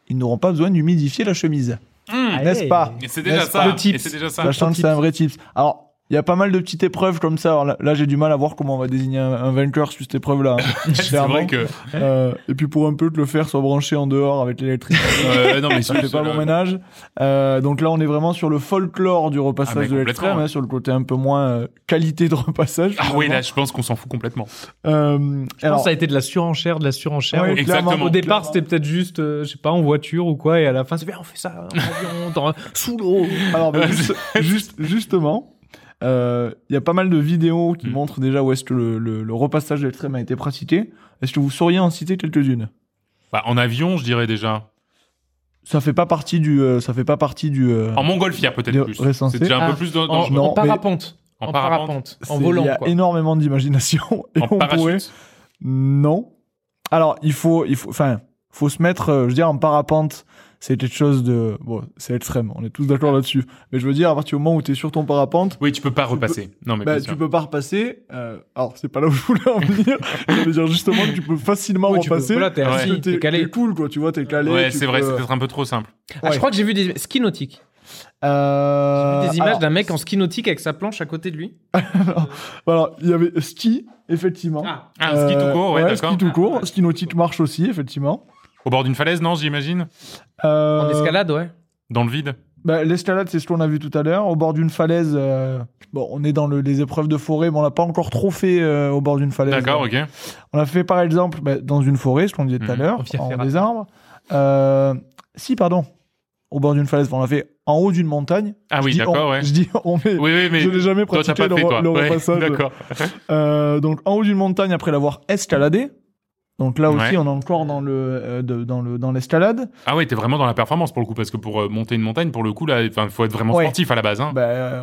Speaker 3: ils n'auront pas besoin d'humidifier la chemise.
Speaker 1: Hum.
Speaker 3: N'est-ce pas
Speaker 1: Et C'est déjà
Speaker 3: N'est-ce pas
Speaker 1: ça.
Speaker 3: Le tips.
Speaker 1: Et c'est déjà ça.
Speaker 3: Sachant que c'est un vrai tips. Alors, Il y a pas mal de petites épreuves comme ça. Alors là, là, j'ai du mal à voir comment on va désigner un, un vainqueur sur cette épreuve-là. hein.
Speaker 1: C'est
Speaker 3: Clairement.
Speaker 1: vrai que.
Speaker 3: Euh, et puis pour un peu que le fer soit branché en dehors avec l'électricité,
Speaker 1: Euh, non, mais
Speaker 3: ça fait pas bon ménage. Euh, donc là, on est vraiment sur le folklore du
Speaker 1: Ah,
Speaker 3: repassage
Speaker 1: mais
Speaker 3: de l'extrême,
Speaker 1: complètement,
Speaker 3: hein, sur le côté un peu moins euh, qualité de repassage.
Speaker 1: Ah oui,
Speaker 3: finalement.
Speaker 1: là, je pense qu'on s'en fout complètement.
Speaker 3: Euh,
Speaker 4: Je pense
Speaker 3: alors,
Speaker 4: que ça a été de la surenchère, de la surenchère.
Speaker 3: ouais,
Speaker 4: Au-
Speaker 1: exactement.
Speaker 3: clairement,
Speaker 4: Au départ,
Speaker 3: clairement.
Speaker 4: c'était peut-être juste, euh, je sais pas, en voiture ou quoi, et à la fin, c'est bien, on fait ça, en avion, dans- sous l'eau.
Speaker 3: Alors, bah, juste- juste- justement, euh, il y a pas mal de vidéos qui
Speaker 1: Mm.
Speaker 3: montrent déjà où est-ce que le, le- le repassage de l'extrême a été pratiqué. Est-ce que vous sauriez en citer quelques-unes
Speaker 1: Bah, en avion, je dirais déjà.
Speaker 3: Ça fait pas partie du, euh, ça fait pas partie du. euh,
Speaker 1: En montgolfière, peut-être
Speaker 3: Des
Speaker 1: plus.
Speaker 3: recensés.
Speaker 1: C'est déjà un
Speaker 4: Ah,
Speaker 1: peu plus dans,
Speaker 4: En,
Speaker 1: dans-
Speaker 3: non,
Speaker 4: en
Speaker 3: mais-
Speaker 4: parapente.
Speaker 1: en
Speaker 4: En
Speaker 1: parapente,
Speaker 4: parapente. En
Speaker 3: c'est-
Speaker 4: volant,
Speaker 3: Il y a
Speaker 4: quoi.
Speaker 3: énormément d'imagination. et
Speaker 1: en
Speaker 3: on
Speaker 1: parachute.
Speaker 3: pourrait- Non. Alors, il faut, il faut, enfin, faut se mettre, euh, je veux dire, en parapente, c'est quelque chose de, bon, c'est extrême, on est tous d'accord là-dessus. Mais je veux dire, à partir du moment où t'es sur ton parapente,
Speaker 1: Oui, tu peux pas repasser. Non, mais
Speaker 3: bah,
Speaker 1: bien
Speaker 3: tu
Speaker 1: sûr.
Speaker 3: peux pas repasser. euh, alors, c'est pas là où je voulais en venir. je veux dire justement que tu peux facilement
Speaker 4: Ouais, tu peux-
Speaker 3: repasser.
Speaker 4: voilà, t'es
Speaker 3: parce
Speaker 4: assis,
Speaker 3: que
Speaker 4: t'es calé.
Speaker 3: T'es cool, quoi, tu vois, t'es calé.
Speaker 1: ouais,
Speaker 3: tu
Speaker 1: c'est vrai,
Speaker 3: peux-
Speaker 1: c'est peut-être un peu trop simple.
Speaker 4: Ah, je crois que j'ai vu des skis nautiques.
Speaker 3: Euh,
Speaker 4: des
Speaker 3: alors,
Speaker 4: images d'un mec en ski nautique avec sa planche à côté de lui.
Speaker 3: Alors, il y avait ski, effectivement.
Speaker 4: Ah,
Speaker 1: Ah, un ski
Speaker 3: Euh,
Speaker 1: tout court, ouais, d'accord.
Speaker 3: Ski tout court, ski nautique marche aussi, effectivement.
Speaker 1: Au bord d'une falaise, non, j'imagine
Speaker 3: Euh,
Speaker 4: en escalade, ouais.
Speaker 1: Dans le vide
Speaker 3: Bah, L'escalade, c'est ce qu'on a vu tout à l'heure. Au bord d'une falaise, euh, bon, on est dans le- les épreuves de forêt, mais on l'a pas encore trop fait euh, au bord d'une falaise.
Speaker 1: D'accord, ok.
Speaker 3: On l'a fait par exemple bah, dans une forêt, ce qu'on disait tout à
Speaker 1: Mhm.
Speaker 3: l'heure,
Speaker 4: On vient
Speaker 3: en
Speaker 4: faire
Speaker 3: des arbres. Euh, si, pardon, au bord d'une falaise, on l'a fait en haut d'une montagne.
Speaker 1: Ah oui,
Speaker 3: Je dis
Speaker 1: d'accord,
Speaker 3: on-
Speaker 1: ouais.
Speaker 3: Je dis on, mais
Speaker 1: Oui, oui, mais
Speaker 3: je n'ai jamais
Speaker 1: toi, t'as
Speaker 3: pratiqué
Speaker 1: pas
Speaker 3: le,
Speaker 1: fait,
Speaker 3: re-
Speaker 1: toi.
Speaker 3: le
Speaker 1: Ouais,
Speaker 3: repassage.
Speaker 1: D'accord.
Speaker 3: Euh, donc en haut d'une montagne après l'avoir escaladé. Donc là aussi,
Speaker 1: Ouais.
Speaker 3: on est encore dans le euh, de- dans le dans l'escalade.
Speaker 1: Ah ouais, t'es vraiment dans la performance pour le coup, parce que pour euh, monter une montagne, pour le coup, là, il faut être vraiment
Speaker 3: Ouais.
Speaker 1: sportif à la base. Hein.
Speaker 3: Bah, euh,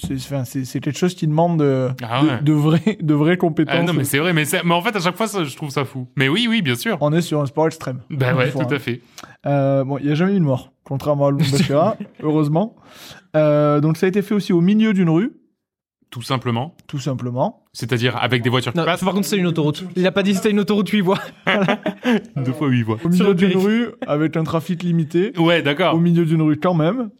Speaker 3: c'est- c'est c'est- c'est quelque chose qui demande euh,
Speaker 1: Ah
Speaker 3: de,
Speaker 1: ouais.
Speaker 3: de vraies de vraies compétences.
Speaker 1: Ah non, mais c'est vrai, mais, c'est- mais en fait, à chaque fois, ça, je trouve ça fou. Mais oui, oui, bien sûr.
Speaker 3: On est sur un sport extrême.
Speaker 1: Bah ouais,
Speaker 3: Il faut,
Speaker 1: tout
Speaker 3: hein.
Speaker 1: à fait.
Speaker 3: Euh, bon, il n'y a jamais eu de mort, contrairement à Lumbachera, heureusement. Euh, donc ça a été fait aussi au milieu d'une rue,
Speaker 1: Tout simplement.
Speaker 3: tout simplement.
Speaker 1: C'est-à-dire avec des voitures qui
Speaker 4: Non, par
Speaker 1: passent.
Speaker 4: bah, contre, c'est une autoroute. Il a pas dit c'était une autoroute, tu y vois.
Speaker 1: Deux fois huit voies.
Speaker 3: Au
Speaker 4: Sur
Speaker 3: milieu
Speaker 4: le
Speaker 3: d'une
Speaker 4: périph'.
Speaker 3: rue, avec un trafic limité,
Speaker 1: Ouais,
Speaker 3: au
Speaker 1: d'accord.
Speaker 3: milieu d'une rue quand même.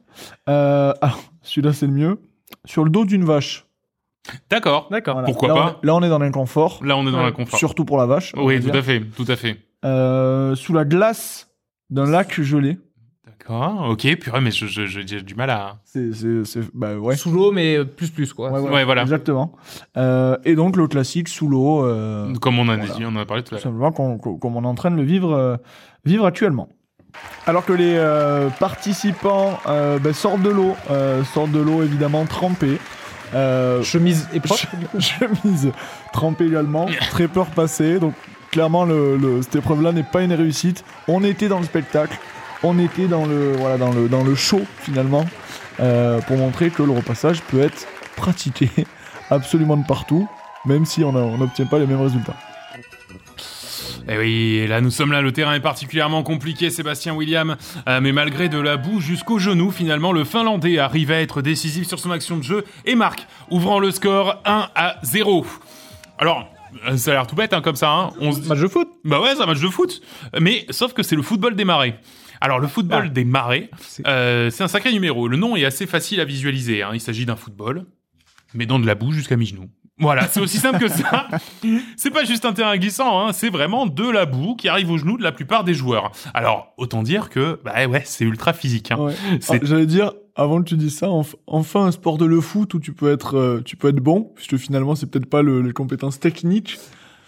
Speaker 3: Euh, alors, celui-là c'est le mieux. Sur le dos d'une vache.
Speaker 1: D'accord.
Speaker 4: D'accord.
Speaker 3: Voilà.
Speaker 1: Pourquoi
Speaker 3: là,
Speaker 1: pas
Speaker 3: on, là on est dans l'inconfort,
Speaker 1: Là, on est dans
Speaker 4: Ouais.
Speaker 1: la confort.
Speaker 3: surtout pour la vache. on
Speaker 1: Oui,
Speaker 3: va
Speaker 1: tout
Speaker 3: dire.
Speaker 1: à fait, tout à fait.
Speaker 3: Euh, sous la glace d'un lac gelé.
Speaker 1: D'accord, ok, purée, mais je- je- je- j'ai du mal à...
Speaker 3: C'est, c'est, c'est- bah ouais.
Speaker 4: Sous l'eau, mais euh, plus plus, quoi.
Speaker 1: ouais. voilà.
Speaker 3: Exactement. Euh, et donc le classique sous l'eau. euh,
Speaker 1: Comme on en a,
Speaker 3: voilà.
Speaker 1: dit, on en a parlé tout à
Speaker 3: tout
Speaker 1: l'heure.
Speaker 3: simplement qu'on- qu'on- comme on est en train de le vivre, euh, vivre actuellement. Alors que les euh, participants euh, ben, sortent de l'eau, euh, sortent de l'eau évidemment trempés, euh,
Speaker 4: Chemise et poche.
Speaker 3: chemise trempée également, très peur passée, donc clairement le, le- cette épreuve-là n'est pas une réussite. On était dans le spectacle, on était dans le, voilà, dans le, dans le show finalement, euh, pour montrer que le repassage peut être pratiqué absolument de partout, même si on a- on n'obtient pas les mêmes résultats.
Speaker 1: Eh oui, et là nous sommes là, le terrain est particulièrement compliqué, Sébastien William. Euh, mais malgré de la boue jusqu'au genou, finalement, le Finlandais arrive à être décisif sur son action de jeu et marque, ouvrant le score 1 à 0. Alors, euh, ça a l'air tout bête hein, comme ça, hein. On se dit-
Speaker 4: Match de foot.
Speaker 1: Bah ouais, c'est un match de foot. Mais sauf que c'est le football des marées. Alors le football des marées,
Speaker 4: Ah. C'est-
Speaker 1: euh, c'est un sacré numéro. Le nom est assez facile à visualiser. hein. Il s'agit d'un football, mais dans de la boue jusqu'à mi-genou. Voilà, c'est aussi simple que ça. C'est pas juste un terrain glissant, hein, c'est vraiment de la boue qui arrive aux genoux de la plupart des joueurs. Alors, autant dire que, bah ouais, c'est ultra physique. hein.
Speaker 4: Oh.
Speaker 3: Ouais.
Speaker 1: C'est-
Speaker 3: Ah, J'allais dire, avant que tu dises ça, enf- enfin un sport de le foot où tu peux être, euh, tu peux être bon, puisque finalement c'est peut-être pas le- les compétences techniques.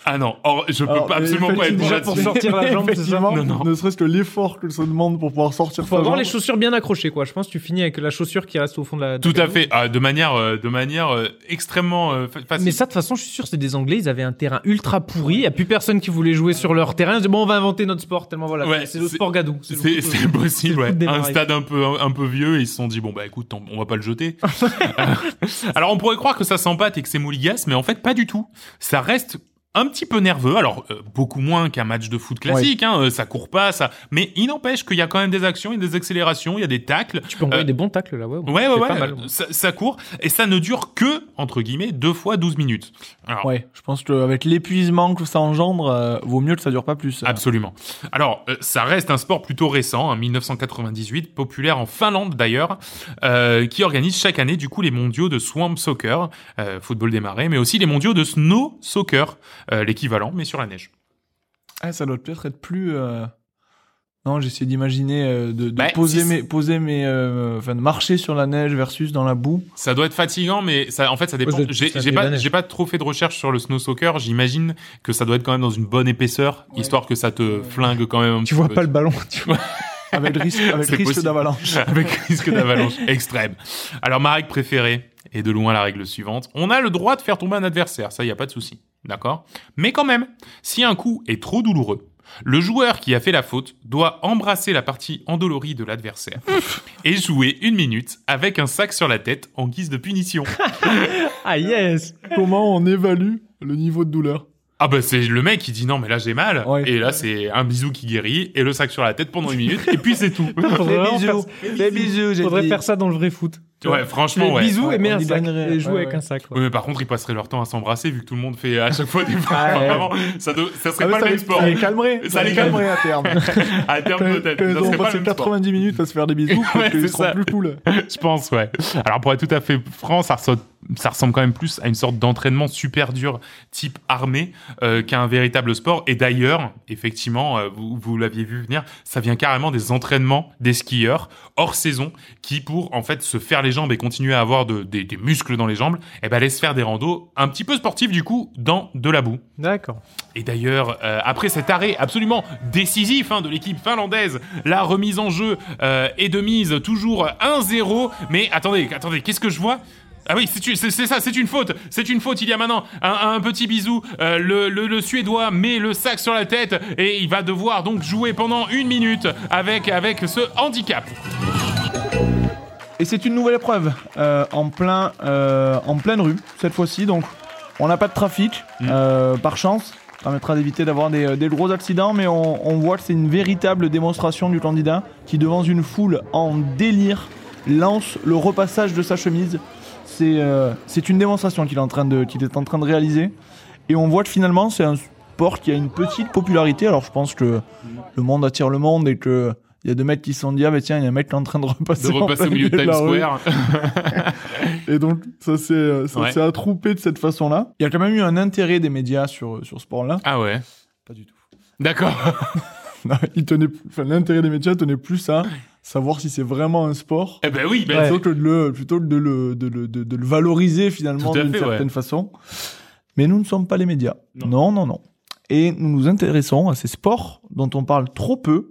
Speaker 1: Ah non, or, je peux
Speaker 3: Alors,
Speaker 1: pas
Speaker 3: mais
Speaker 1: absolument pas être bon
Speaker 3: effectivement-
Speaker 4: euh, déjà pour
Speaker 1: là-dessus.
Speaker 4: sortir la jambe, c'est ça
Speaker 3: effectivement,
Speaker 1: Non, non.
Speaker 3: Ne serait-ce que l'effort que ça demande pour pouvoir sortir
Speaker 4: Faut
Speaker 3: sa
Speaker 4: avoir les
Speaker 3: jambe.
Speaker 4: chaussures bien accrochées, quoi. Je pense que tu finis avec la chaussure qui reste au fond de la. de
Speaker 1: Tout
Speaker 4: la
Speaker 1: à
Speaker 4: canoë.
Speaker 1: fait, Ah, de manière, euh, de manière euh, extrêmement euh, fa- facile.
Speaker 4: Mais ça, de toute façon, je suis sûr, c'est des Anglais. Ils avaient un terrain ultra pourri. Il n'y a plus personne qui voulait jouer sur leur terrain. Ils disaient, bon, on va inventer notre sport. Tellement voilà.
Speaker 1: Ouais,
Speaker 4: c'est le
Speaker 1: c'est-
Speaker 4: sport gadou. C'est le
Speaker 1: C'est
Speaker 4: foot,
Speaker 1: c'est possible,
Speaker 4: le
Speaker 1: ouais.
Speaker 4: coup de démarrer.
Speaker 1: Un stade un peu, un, peu vieux, et ils se sont dit, bon, bah écoute, on, on va pas le jeter. Alors, on pourrait croire que ça s'empâte et que c'est mouligasse, mais en fait, pas du tout. Ça reste un petit peu nerveux, alors euh, beaucoup moins qu'un match de foot classique, hein, euh, ça court pas, ça. Mais il n'empêche qu'il y a quand même des actions, il y a des accélérations, il y a des tacles.
Speaker 4: Tu peux envoyer
Speaker 1: Euh,
Speaker 4: des bons tacles là, ouais.
Speaker 1: Ouais, ouais,
Speaker 4: C'est
Speaker 1: ouais.
Speaker 4: pas mal.
Speaker 1: euh, Ça, ça court et ça ne dure que, entre guillemets, deux fois 12 minutes. Alors,
Speaker 3: Ouais, je pense qu'avec l'épuisement que ça engendre, euh, vaut mieux que ça dure pas plus.
Speaker 1: Absolument. Alors, euh, ça reste un sport plutôt récent, hein, 1998, populaire en Finlande d'ailleurs, euh, qui organise chaque année du coup les mondiaux de swamp soccer, euh, football des marais, mais aussi les mondiaux de snow soccer, euh, l'équivalent, mais sur la neige.
Speaker 3: Ah, ça doit peut-être être plus. euh, Non, j'essaie d'imaginer euh, de, de
Speaker 1: Bah,
Speaker 3: poser
Speaker 1: si-
Speaker 3: mes, poser mes, euh, enfin de marcher sur la neige versus dans la boue.
Speaker 1: Ça doit être fatigant, mais ça, en fait, ça dépend.
Speaker 4: Ouais, ça-
Speaker 1: J'ai
Speaker 4: Oh, ça
Speaker 1: j'ai
Speaker 4: dépend de
Speaker 1: pas,
Speaker 4: la neige.
Speaker 1: j'ai pas trop fait de recherche sur le snow soccer. J'imagine que ça doit être quand même dans une bonne épaisseur,
Speaker 3: Ouais.
Speaker 1: histoire que ça te flingue quand même. un
Speaker 4: Tu
Speaker 1: petit
Speaker 4: vois
Speaker 1: peu.
Speaker 4: pas le ballon, tu vois.
Speaker 3: Avec risque, avec
Speaker 1: C'est
Speaker 3: risque
Speaker 1: possible.
Speaker 3: d'avalanche.
Speaker 1: avec risque d'avalanche extrême. Alors ma règle préférée est de loin la règle suivante. On a le droit de faire tomber un adversaire, ça y a pas de souci, d'accord Mais quand même, si un coup est trop douloureux, le joueur qui a fait la faute doit embrasser la partie endolorie de l'adversaire et jouer une minute avec un sac sur la tête en guise de punition.
Speaker 4: Ah yes
Speaker 3: Comment on évalue le niveau de douleur
Speaker 1: Ah bah c'est le mec qui dit non mais là j'ai mal
Speaker 3: Ouais.
Speaker 1: et là c'est un bisou qui guérit et le sac sur la tête pendant une minute et puis c'est tout.
Speaker 4: Faudrait vraiment faire-
Speaker 3: des bisous, j'ai
Speaker 4: Faudrait
Speaker 3: dit.
Speaker 4: faire ça dans le vrai foot.
Speaker 1: Ouais franchement
Speaker 4: Les
Speaker 1: ouais.
Speaker 4: bisous
Speaker 3: Ouais,
Speaker 4: et mets
Speaker 3: on
Speaker 4: un
Speaker 3: y
Speaker 4: sac.
Speaker 3: gagnerait,
Speaker 4: Et jouer
Speaker 3: ouais,
Speaker 4: avec
Speaker 3: ouais.
Speaker 4: un sac. quoi.
Speaker 1: Oui, mais par contre, ils passeraient leur temps à s'embrasser vu que tout le monde fait à chaque fois des fois.
Speaker 3: Ah ouais.
Speaker 1: Vraiment, ça, do- ça serait
Speaker 3: Ah, mais
Speaker 1: pas
Speaker 3: ça
Speaker 1: le même
Speaker 3: les-
Speaker 1: sport.
Speaker 3: Ça les calmerait.
Speaker 1: Ça les calmerait.
Speaker 3: à terme.
Speaker 1: À terme
Speaker 3: Quand-
Speaker 1: peut-être.
Speaker 3: quand
Speaker 1: Ça
Speaker 3: ils
Speaker 1: serait
Speaker 3: ont
Speaker 1: pas le
Speaker 3: passé
Speaker 1: même sport.
Speaker 3: 90 minutes à se faire des bisous, parce
Speaker 1: c'est
Speaker 3: qu'ils seront
Speaker 1: ça.
Speaker 3: plus cool.
Speaker 1: Je pense, ouais. Alors, pour être tout à fait franc, ça ressemble, ça ressemble quand même plus à une sorte d'entraînement super dur type armée euh, qu'à un véritable sport. Et d'ailleurs, effectivement, euh, vous, vous l'aviez vu venir, ça vient carrément des entraînements des skieurs hors saison qui, pour en fait se faire les jambes et continuer à avoir de- des, des muscles dans les jambes, eh ben, laissent faire des randos un petit peu sportifs du coup dans de la boue.
Speaker 4: D'accord.
Speaker 1: Et d'ailleurs, euh, après cet arrêt absolument décisif hein, de l'équipe finlandaise, la remise en jeu euh, est de mise toujours 1-0. Mais attendez, attendez, qu'est-ce que je vois ah oui, c'est une- c'est c'est ça, c'est une faute, c'est une faute. Il y a maintenant un, un petit bisou. Euh, le, le- le Suédois met le sac sur la tête et il va devoir donc jouer pendant une minute avec avec ce handicap.
Speaker 3: Et c'est une nouvelle épreuve euh, en plein, euh, en pleine rue cette fois-ci. Donc, on n'a pas de trafic
Speaker 1: Mm.
Speaker 3: euh, par chance. Ça permettra d'éviter d'avoir des, euh, des gros accidents, mais on, on voit que c'est une véritable démonstration du candidat qui, devant une foule en délire, lance le repassage de sa chemise. C'est euh, c'est une démonstration qu'il est, en train de- qu'il est en train de réaliser. Et on voit que finalement, c'est un sport qui a une petite popularité. Alors, je pense que le monde attire le monde et que. Il y a deux mecs qui se sont dit, ah, mais tiens, il y a un mec qui est en train de repasser,
Speaker 1: De repasser
Speaker 3: en
Speaker 1: au milieu de
Speaker 3: plein
Speaker 1: Times
Speaker 3: la rue.
Speaker 1: Square.
Speaker 3: Et donc, ça s'est euh, ça
Speaker 1: Ouais.
Speaker 3: s'est attroupé de cette façon-là. Il y a quand même eu un intérêt des médias sur, sur ce sport-là.
Speaker 1: Ah ouais.
Speaker 3: Pas du tout.
Speaker 1: D'accord.
Speaker 3: Il tenait, enfin, l'intérêt des médias tenait plus à savoir si c'est vraiment un sport.
Speaker 1: Eh ben oui. ben
Speaker 4: Ouais.
Speaker 3: Plutôt que de le, plutôt que de le, de le, de- de le valoriser finalement
Speaker 1: Tout à
Speaker 3: d'une
Speaker 1: fait, ouais.
Speaker 3: certaine façon. Mais nous ne sommes pas les médias.
Speaker 1: Non.
Speaker 3: non, non. non. Et nous nous intéressons à ces sports dont on parle trop peu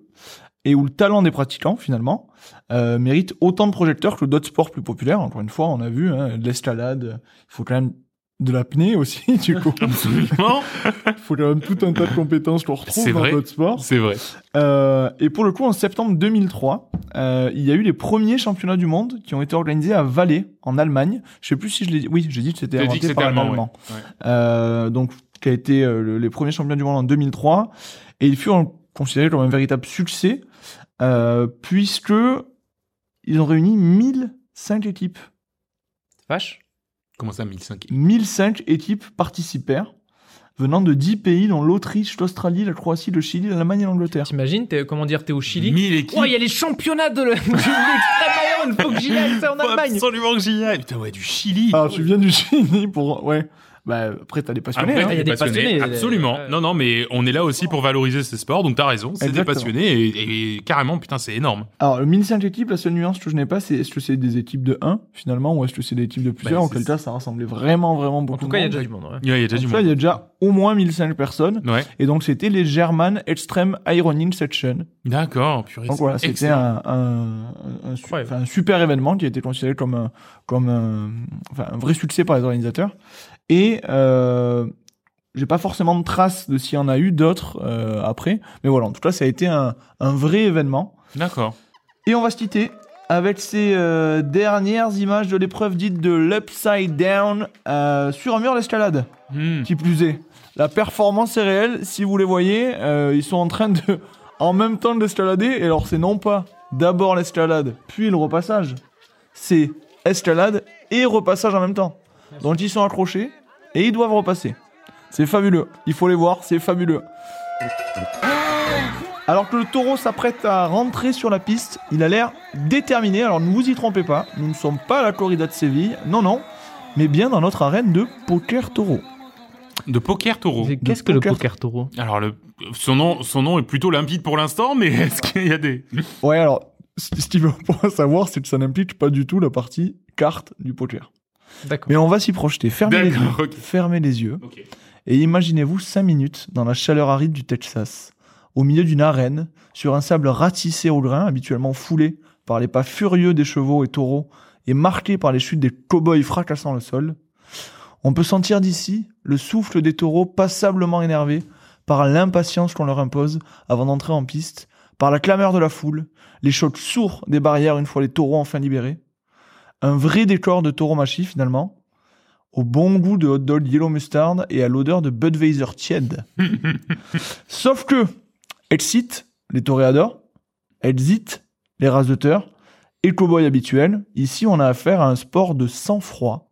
Speaker 3: et où le talent des pratiquants, finalement, euh, mérite autant de projecteurs que d'autres sports plus populaires. Encore une fois, on a vu hein, de l'escalade. Il faut quand même de l'apnée aussi, du coup.
Speaker 1: Absolument.
Speaker 3: Il faut quand même tout un tas de compétences qu'on retrouve
Speaker 1: C'est
Speaker 3: dans
Speaker 1: vrai.
Speaker 3: d'autres sports.
Speaker 1: C'est vrai.
Speaker 3: Euh, et pour le coup, en septembre 2003, euh, il y a eu les premiers championnats du monde qui ont été organisés à Valais, en Allemagne. Je sais plus si je l'ai dit. Oui, j'ai dit que c'était
Speaker 1: T'as dit que
Speaker 3: inventé
Speaker 1: c'était
Speaker 3: par un
Speaker 1: allemand.
Speaker 3: Allemand.
Speaker 1: ouais. Ouais.
Speaker 3: Euh, donc qui a été euh, le- les premiers championnats du monde en 2003 et ils furent considérés comme un véritable succès euh, puisque ils ont réuni 1005 équipes.
Speaker 4: Vache.
Speaker 1: Comment ça, 1005
Speaker 3: 1005 équipes participèrent venant de 10 pays dont l'Autriche, l'Australie, la Croatie, le Chili, l'Allemagne et l'Angleterre.
Speaker 4: T'imagines, t'es- comment dire, t'es au Chili.
Speaker 1: 1000 équipes.
Speaker 4: Oh, il y a les championnats de le- du- de l'extrême Bayonne. Faut que j'y aille, c'est en
Speaker 1: Faut
Speaker 4: Allemagne.
Speaker 1: Absolument que j'y aille. Putain, ouais, du Chili.
Speaker 3: Alors tu viens du Chili pour ouais. Bah après t'as des passionnés.
Speaker 1: Après,
Speaker 3: hein.
Speaker 1: t'as
Speaker 4: Il y a des passionnés,
Speaker 1: Absolument.
Speaker 4: euh,
Speaker 1: Non, non, mais on est là aussi pour valoriser ces sports, donc t'as raison. C'est des
Speaker 3: Exactement.
Speaker 1: passionnés et, et carrément, putain, c'est énorme.
Speaker 3: Alors, le 1005 équipes, la seule nuance que je n'ai pas, c'est est-ce que c'est des équipes de 1 finalement ou est-ce que c'est des équipes de plusieurs
Speaker 1: Bah,
Speaker 3: En
Speaker 1: c'est-
Speaker 3: quel cas, ça rassemblait vraiment, vraiment beaucoup
Speaker 4: En tout
Speaker 3: de
Speaker 4: cas, il y a
Speaker 3: monde.
Speaker 4: déjà du monde. ouais.
Speaker 1: Il y a il y a déjà
Speaker 3: En
Speaker 1: du
Speaker 3: tout cas, il
Speaker 1: monde.
Speaker 3: y a déjà au moins 1005 personnes.
Speaker 1: Ouais.
Speaker 3: Et donc, c'était les German Extreme Ironing Section.
Speaker 1: D'accord, purée.
Speaker 3: Donc
Speaker 1: c'est
Speaker 3: voilà, c'était
Speaker 1: excellent.
Speaker 3: un, un- un su-
Speaker 4: Incroyable.
Speaker 3: enfin, un super événement qui a été considéré comme un, comme un, enfin, un vrai succès par les organisateurs. Et euh, j'ai pas forcément de traces de s'il y en a eu d'autres euh, après. Mais voilà, en tout cas, ça a été un, un vrai événement.
Speaker 1: D'accord.
Speaker 3: Et on va se quitter avec ces euh, dernières images de l'épreuve dite de l'Upside Down euh, sur un mur d'escalade.
Speaker 1: Hmm.
Speaker 3: Qui plus est, la performance est réelle. Si vous les voyez, euh, ils sont en train de, en même temps, de l'escalader. Et alors, c'est non pas d'abord l'escalade, puis le repassage. C'est escalade et repassage en même temps. Donc, ils sont accrochés et ils doivent repasser. C'est fabuleux. Il faut les voir, c'est fabuleux. Alors que le taureau s'apprête à rentrer sur la piste, il a l'air déterminé. Alors ne vous y trompez pas, nous ne sommes pas à la corrida de Séville, non, non, mais bien dans notre arène de poker taureau.
Speaker 1: De poker taureau.
Speaker 4: Mais Qu'est-ce
Speaker 3: Le
Speaker 4: que le
Speaker 3: poker.
Speaker 4: poker taureau
Speaker 1: Alors, le, son, nom, son nom est plutôt limpide pour l'instant, mais est-ce qu'il y a des.
Speaker 3: Ouais, alors, ce ce qu'il veut pas savoir, c'est que ça n'implique pas du tout la partie carte du poker.
Speaker 4: D'accord.
Speaker 3: Mais on va s'y projeter. Fermez les yeux.
Speaker 1: D'accord, ok.
Speaker 3: Fermez les yeux.
Speaker 1: Ok.
Speaker 3: Et imaginez-vous 5 minutes dans la chaleur aride du Texas, au milieu d'une arène, sur un sable ratissé au grain, habituellement foulé par les pas furieux des chevaux et taureaux, et marqué par les chutes des cow-boys fracassant le sol. On peut sentir d'ici le souffle des taureaux passablement énervés par l'impatience qu'on leur impose avant d'entrer en piste, par la clameur de la foule, les chocs sourds des barrières une fois les taureaux enfin libérés. Un vrai décor de tauromachie finalement, au bon goût de hot dog yellow mustard et à l'odeur de Budweiser tiède. Sauf que, excite les toréadors, exit les raseteurs et cowboys habituels. Ici, on a affaire à un sport de sang-froid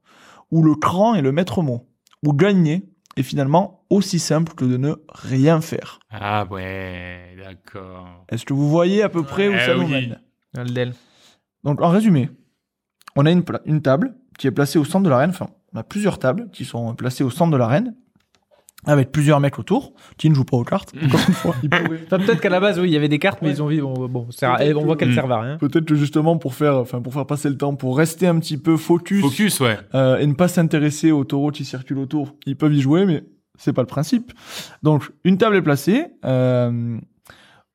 Speaker 3: où le cran est le maître mot, où gagner est finalement aussi simple que de ne rien faire.
Speaker 1: Ah ouais, d'accord.
Speaker 3: Est-ce que vous voyez à peu près où
Speaker 1: Eh
Speaker 3: ça nous
Speaker 1: oui.
Speaker 3: mène
Speaker 4: Aldel.
Speaker 3: Donc, en résumé, on a une, pla- une table qui est placée au centre de l'arène. Enfin, on a plusieurs tables qui sont placées au centre de l'arène avec plusieurs mecs autour qui ne jouent pas aux cartes. Encore une fois, ils pourraient.
Speaker 4: Enfin, peut-être qu'à la base, oui, il y avait des cartes, mais
Speaker 3: Ouais.
Speaker 4: ils ont vu, bon, bon, ça- eh, on voit qu'elles
Speaker 1: Mm.
Speaker 4: servent à rien.
Speaker 3: Peut-être que justement pour faire, enfin pour faire passer le temps, pour rester un petit peu focus,
Speaker 1: Focus, ouais.
Speaker 3: euh, et ne pas s'intéresser aux taureaux qui circulent autour, ils peuvent y jouer, mais c'est pas le principe. Donc une table est placée, euh,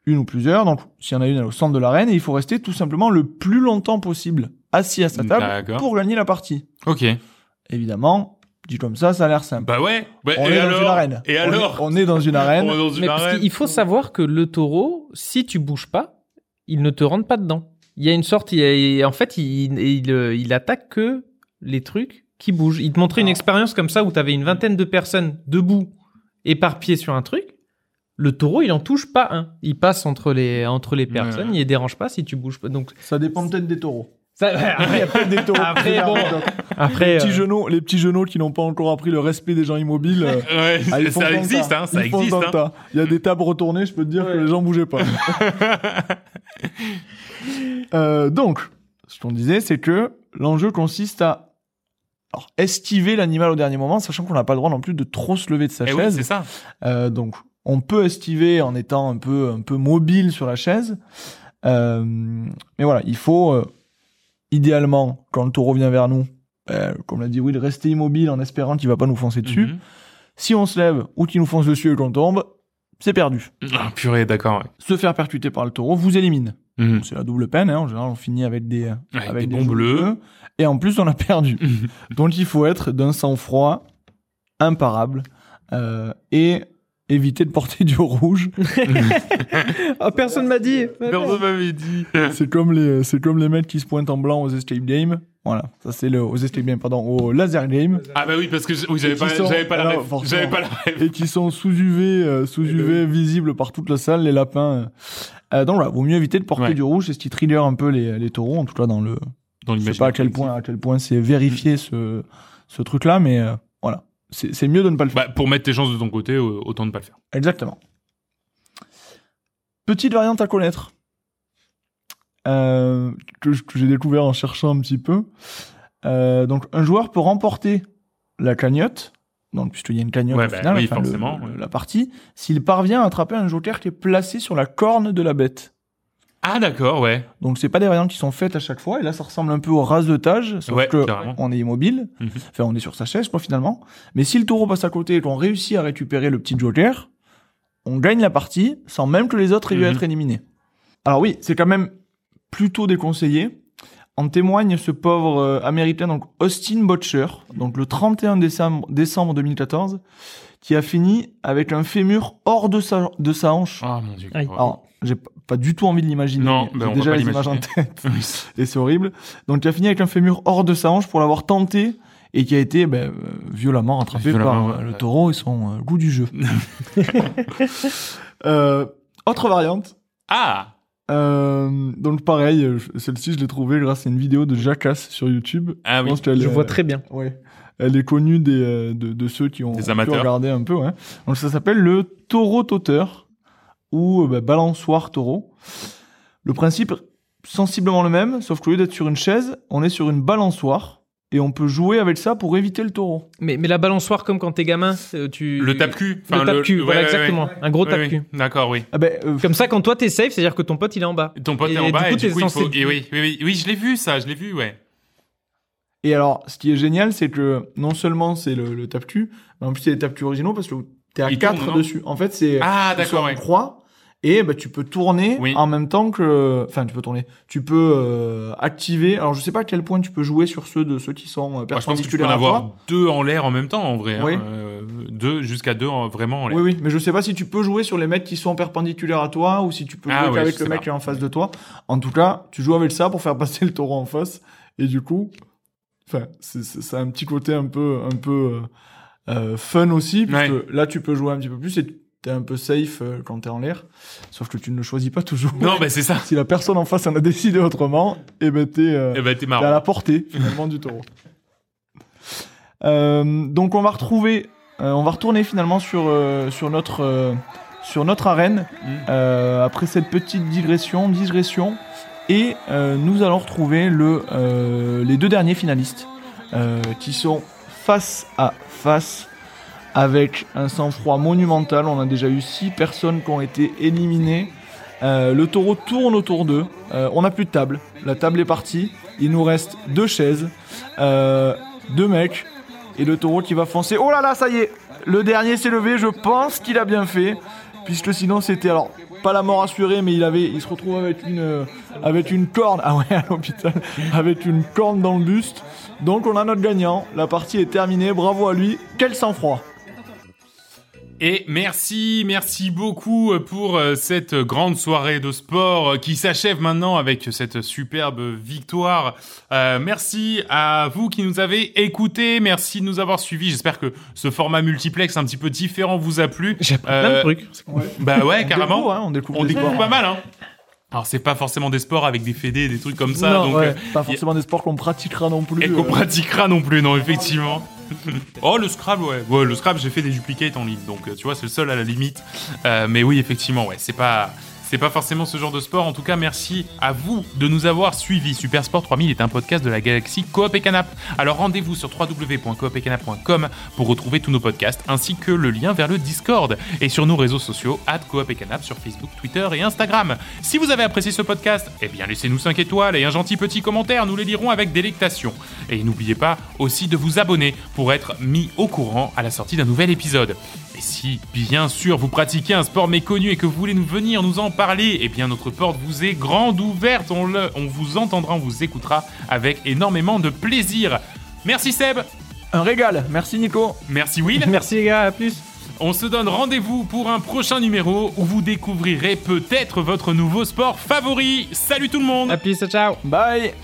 Speaker 3: une ou plusieurs. Donc s'il y en a une, elle est au centre de l'arène et il faut rester tout simplement le plus longtemps possible assis à sa table
Speaker 1: D'accord.
Speaker 3: pour gagner la partie.
Speaker 1: Ok.
Speaker 3: évidemment, dit comme ça, ça a l'air simple.
Speaker 1: Bah ouais. ouais,
Speaker 3: on
Speaker 1: et
Speaker 3: est
Speaker 1: alors
Speaker 3: dans une arène.
Speaker 1: Et
Speaker 3: On
Speaker 1: alors
Speaker 3: est- On est, dans une arène.
Speaker 1: On est dans une
Speaker 4: Mais parce
Speaker 1: arène.
Speaker 4: qu'il faut savoir que le taureau, si tu bouges pas, il ne te rentre pas dedans. Il y a une sorte, il y a- en fait, il, il, euh, il attaque que les trucs qui bougent. Il te montrait une
Speaker 3: Ah.
Speaker 4: expérience comme ça où tu avais une vingtaine de personnes debout, éparpillées sur un truc. Le taureau, il en touche pas un. Il passe entre les, entre les personnes,
Speaker 1: Ouais.
Speaker 4: il les dérange pas si tu bouges pas. Donc,
Speaker 3: Ça dépend peut-être des taureaux.
Speaker 4: ça,
Speaker 3: Il y a
Speaker 4: après,
Speaker 3: peut-être des taureaux.
Speaker 4: Après,
Speaker 3: C'est la
Speaker 4: bon,
Speaker 3: anecdote. les,
Speaker 4: après,
Speaker 3: petits
Speaker 4: euh,
Speaker 3: genoux, les petits genoux qui n'ont pas encore appris le respect des gens immobiles. euh,
Speaker 1: Ouais,
Speaker 3: ah, ils font
Speaker 1: ça
Speaker 3: dans le
Speaker 1: existe,
Speaker 3: tas.
Speaker 1: hein, ça
Speaker 3: Ils font
Speaker 1: existe.
Speaker 3: dans le
Speaker 1: hein.
Speaker 3: tas. Il y a des tables retournées, je peux te dire que les gens bougeaient pas. Euh, donc, ce qu'on disait, c'est que l'enjeu consiste à alors, estiver l'animal au dernier moment, sachant qu'on n'a pas le droit non plus de trop se lever de sa
Speaker 1: Eh oui,
Speaker 3: chaise.
Speaker 1: c'est ça.
Speaker 3: Euh, donc, on peut estiver en étant un peu, un peu mobile sur la chaise. Euh, mais voilà, il faut, euh, idéalement, quand le taureau vient vers nous, euh, comme l'a dit Will, rester immobile en espérant qu'il va pas nous foncer dessus.
Speaker 1: Mhm.
Speaker 3: Si on se lève ou qu'il nous fonce dessus et qu'on tombe, c'est perdu.
Speaker 1: Ah, purée, d'accord. ouais.
Speaker 3: Se faire percuter par le taureau vous élimine.
Speaker 1: Mhm.
Speaker 3: Donc, C'est la double peine, hein. en général on finit avec des,
Speaker 1: Avec des bons
Speaker 3: jeux
Speaker 1: bleus.
Speaker 3: Et en plus on a perdu. Donc il faut être d'un sang-froid imparable euh, et éviter de porter du rouge
Speaker 4: oh, personne m'a dit.
Speaker 1: Personne m'avait dit.
Speaker 3: c'est comme les euh, c'est comme les mecs qui se pointent en blanc aux escape games. Voilà, ça c'est le aux escape games pardon, au laser game
Speaker 1: Ah bah oui, parce que j- oui, j'avais
Speaker 3: qui
Speaker 1: pas,
Speaker 3: sont-
Speaker 1: j'avais pas la
Speaker 3: alors,
Speaker 1: ref.
Speaker 3: forcément.
Speaker 1: J'avais pas la ref.
Speaker 3: et qui sont sous UV euh, sous UV visibles par toute la salle les lapins. euh. Euh, donc voilà, vaut mieux éviter de porter
Speaker 1: Ouais.
Speaker 3: du rouge, c'est ce qui trigger un peu les, les taureaux en tout cas dans le
Speaker 1: Dans
Speaker 3: je sais pas à quel point à quel point c'est vérifié ce ce truc là mais euh, voilà, c'est c'est mieux de ne pas le faire.
Speaker 1: Bah, pour mettre tes chances de ton côté, euh, autant ne pas le faire.
Speaker 3: Exactement. Petite variante à connaître euh, que, j- que j'ai découvert en cherchant un petit peu. Euh, donc, un joueur peut remporter la cagnotte, donc puisqu'il y a une cagnotte
Speaker 1: Ouais,
Speaker 3: au
Speaker 1: bah
Speaker 3: final,
Speaker 1: oui,
Speaker 3: enfin, le-
Speaker 1: forcément,
Speaker 3: le-
Speaker 1: ouais.
Speaker 3: la partie, s'il parvient à attraper un joker qui est placé sur la corne de la bête.
Speaker 1: Ah d'accord, ouais.
Speaker 3: Donc, c'est pas des variantes qui sont faites à chaque fois, et là, ça ressemble un peu au rasetage, sauf
Speaker 1: Ouais,
Speaker 3: que
Speaker 1: carrément.
Speaker 3: on est immobile,
Speaker 1: Mhm.
Speaker 3: enfin on est sur sa chaise quoi finalement, mais si le taureau passe à côté et qu'on réussit à récupérer le petit joker, on gagne la partie sans même que les autres aient eu à
Speaker 1: Mhm.
Speaker 3: être éliminés. Alors oui, c'est quand même plutôt déconseillé. En témoigne ce pauvre euh, américain, donc Austin Butcher, donc le 31 décembre, décembre 2014, qui a fini avec un fémur hors de sa, de sa hanche.
Speaker 1: Ah mon dieu.
Speaker 4: Aïe.
Speaker 1: Ouais.
Speaker 3: Alors, j'ai p- pas du tout envie de l'imaginer.
Speaker 1: Non, ben,
Speaker 3: mais j'ai
Speaker 1: on va
Speaker 3: déjà
Speaker 1: pas
Speaker 3: les images en
Speaker 1: l'imaginer.
Speaker 3: tête et c'est horrible. Donc il a fini avec un fémur hors de sa hanche pour l'avoir tenté et qui a été ben, euh, violemment rattrapé
Speaker 1: Violemment,
Speaker 3: par euh,
Speaker 1: ouais.
Speaker 3: le taureau et son euh, goût du jeu. Euh, autre variante.
Speaker 1: Ah
Speaker 3: euh, donc pareil, euh, je- celle-ci je l'ai trouvée grâce à une vidéo de Jacasse sur YouTube.
Speaker 1: Ah oui.
Speaker 3: pense qu'elle
Speaker 4: Je
Speaker 3: est-
Speaker 4: vois très bien.
Speaker 3: Ouais. Elle est connue des, euh, de, de ceux qui ont
Speaker 1: Des
Speaker 3: pu
Speaker 1: amateurs.
Speaker 3: regarder un peu. ouais. Donc ça s'appelle le taureau tauteur ou euh, bah, balançoire taureau. Le principe sensiblement le même, sauf qu'au lieu d'être sur une chaise, on est sur une balançoire et on peut jouer avec ça pour éviter le taureau.
Speaker 4: Mais, mais la balançoire, comme quand t'es gamin, c'est- tu.
Speaker 1: Le tape-cul.
Speaker 4: Le
Speaker 1: Enfin,
Speaker 4: tape-cul,
Speaker 1: ouais,
Speaker 4: voilà,
Speaker 1: ouais, ouais.
Speaker 4: exactement. Un gros
Speaker 1: Oui,
Speaker 4: tape-cul.
Speaker 1: oui. D'accord, oui.
Speaker 3: Ah ben, euh,
Speaker 4: Comme ça, quand toi t'es safe, c'est-à-dire que ton pote il est en bas.
Speaker 1: Ton pote
Speaker 4: Et
Speaker 1: est en
Speaker 4: du
Speaker 1: bas
Speaker 4: coup,
Speaker 1: et
Speaker 4: t'es
Speaker 1: du coup, il
Speaker 4: censé-
Speaker 1: faut... et oui, oui, oui, oui, je l'ai vu, ça, je l'ai vu, ouais.
Speaker 3: Et alors, ce qui est génial, c'est que non seulement c'est le, le tape-cul, mais en plus il y a des tape originaux parce que t'es à
Speaker 1: Il
Speaker 3: 4
Speaker 1: tourne, non
Speaker 3: dessus. En fait, c'est
Speaker 1: Ah,
Speaker 3: tu
Speaker 1: d'accord,
Speaker 3: sors
Speaker 1: ouais.
Speaker 3: en croix et bah, tu peux tourner
Speaker 1: Oui.
Speaker 3: en même temps que... Enfin, tu peux tourner. Tu peux euh, activer... Alors, je sais pas à quel point tu peux jouer sur ceux de ceux qui sont euh,
Speaker 1: Moi, je pense que tu peux
Speaker 3: perpendiculaires
Speaker 1: en
Speaker 3: à
Speaker 1: avoir
Speaker 3: toi.
Speaker 1: deux en l'air en même temps, en vrai. hein.
Speaker 3: Oui.
Speaker 1: Euh, deux, jusqu'à deux en- vraiment en l'air.
Speaker 3: Oui, oui, mais je sais pas si tu peux jouer sur les mecs qui sont perpendiculaires à toi ou si tu peux jouer
Speaker 1: Ah ouais,
Speaker 3: avec
Speaker 1: je
Speaker 3: le
Speaker 1: sais
Speaker 3: mec
Speaker 1: pas.
Speaker 3: qui est en face de toi. En tout cas, tu joues avec ça pour faire passer le taureau en face. Et du coup, enfin, c'est- c'est ça a un petit côté un peu, un peu euh, euh, fun aussi, puisque
Speaker 1: Ouais.
Speaker 3: là, tu peux jouer un petit peu plus et t'es un peu safe euh, quand t'es en l'air. Sauf que tu ne le choisis pas toujours.
Speaker 1: Non, bah c'est ça.
Speaker 3: Si la personne en face en a décidé autrement, et ben t'es euh,
Speaker 1: Eh ben, t'es
Speaker 3: T'es à
Speaker 1: marrant.
Speaker 3: la portée finalement du taureau. Euh, donc on va retrouver, euh, on va retourner finalement sur euh, sur notre euh, sur notre arène
Speaker 1: Mm.
Speaker 3: euh, après cette petite digression, digression, et euh, nous allons retrouver le euh, les deux derniers finalistes euh, qui sont face à face avec un sang-froid monumental. On a déjà eu six personnes qui ont été éliminées. Euh, le taureau tourne autour d'eux. Euh, on n'a plus de table. La table est partie. Il nous reste deux chaises, euh, deux mecs et le taureau qui va foncer. Oh là là, ça y est Le dernier s'est levé. Je pense qu'il a bien fait. Puisque sinon, c'était alors pas la mort assurée, mais il, avait, il se retrouve avec une, euh, avec une corne. Ah ouais, à l'hôpital. Avec une corne dans le buste. Donc on a notre gagnant. La partie est terminée. Bravo à lui. Quel sang-froid
Speaker 1: Et merci, merci beaucoup pour euh, cette grande soirée de sport euh, qui s'achève maintenant avec cette superbe victoire. Euh, merci à vous qui nous avez écoutés, merci de nous avoir suivis. J'espère que ce format multiplex un petit peu différent vous a plu.
Speaker 4: J'ai appris plein de
Speaker 1: Euh,
Speaker 4: trucs.
Speaker 1: Bah ouais,
Speaker 3: On
Speaker 1: carrément.
Speaker 3: découvre, hein, on découvre,
Speaker 1: On
Speaker 3: des
Speaker 1: découvre
Speaker 3: sports.
Speaker 1: pas mal, hein. Alors c'est pas forcément des sports avec des fédés, des trucs comme ça,
Speaker 3: Non,
Speaker 1: donc
Speaker 3: ouais,
Speaker 1: euh,
Speaker 3: pas forcément des sports qu'on pratiquera non plus.
Speaker 1: et qu'on
Speaker 3: euh.
Speaker 1: pratiquera non plus, non effectivement. oh le Scrabble, ouais. Ouais, le Scrabble, j'ai fait des duplicates en ligne, donc euh, tu vois, c'est le seul à la limite. Euh, mais oui, effectivement, ouais, c'est pas. C'est pas forcément ce genre de sport. En tout cas, merci à vous de nous avoir suivis. Super Sport 3000 est un podcast de la galaxie Coop et Canap. Alors rendez-vous sur www.coopetcanap.com pour retrouver tous nos podcasts ainsi que le lien vers le Discord et sur nos réseaux sociaux at Coop et Canap sur Facebook, Twitter et Instagram. Si vous avez apprécié ce podcast, eh bien laissez-nous 5 étoiles et un gentil petit commentaire, nous les lirons avec délectation. Et n'oubliez pas aussi de vous abonner pour être mis au courant à la sortie d'un nouvel épisode. Et si, bien sûr, vous pratiquez un sport méconnu et que vous voulez nous venir nous en parler, eh bien notre porte vous est grande ouverte, on, le- on vous entendra, on vous écoutera avec énormément de plaisir. Merci Seb,
Speaker 3: Un régal. Merci Nico.
Speaker 1: merci Will.
Speaker 4: Merci les gars, à plus.
Speaker 1: On se donne rendez-vous pour un prochain numéro où vous découvrirez peut-être votre nouveau sport favori. Salut tout le monde
Speaker 4: À plus, ciao.
Speaker 3: Bye.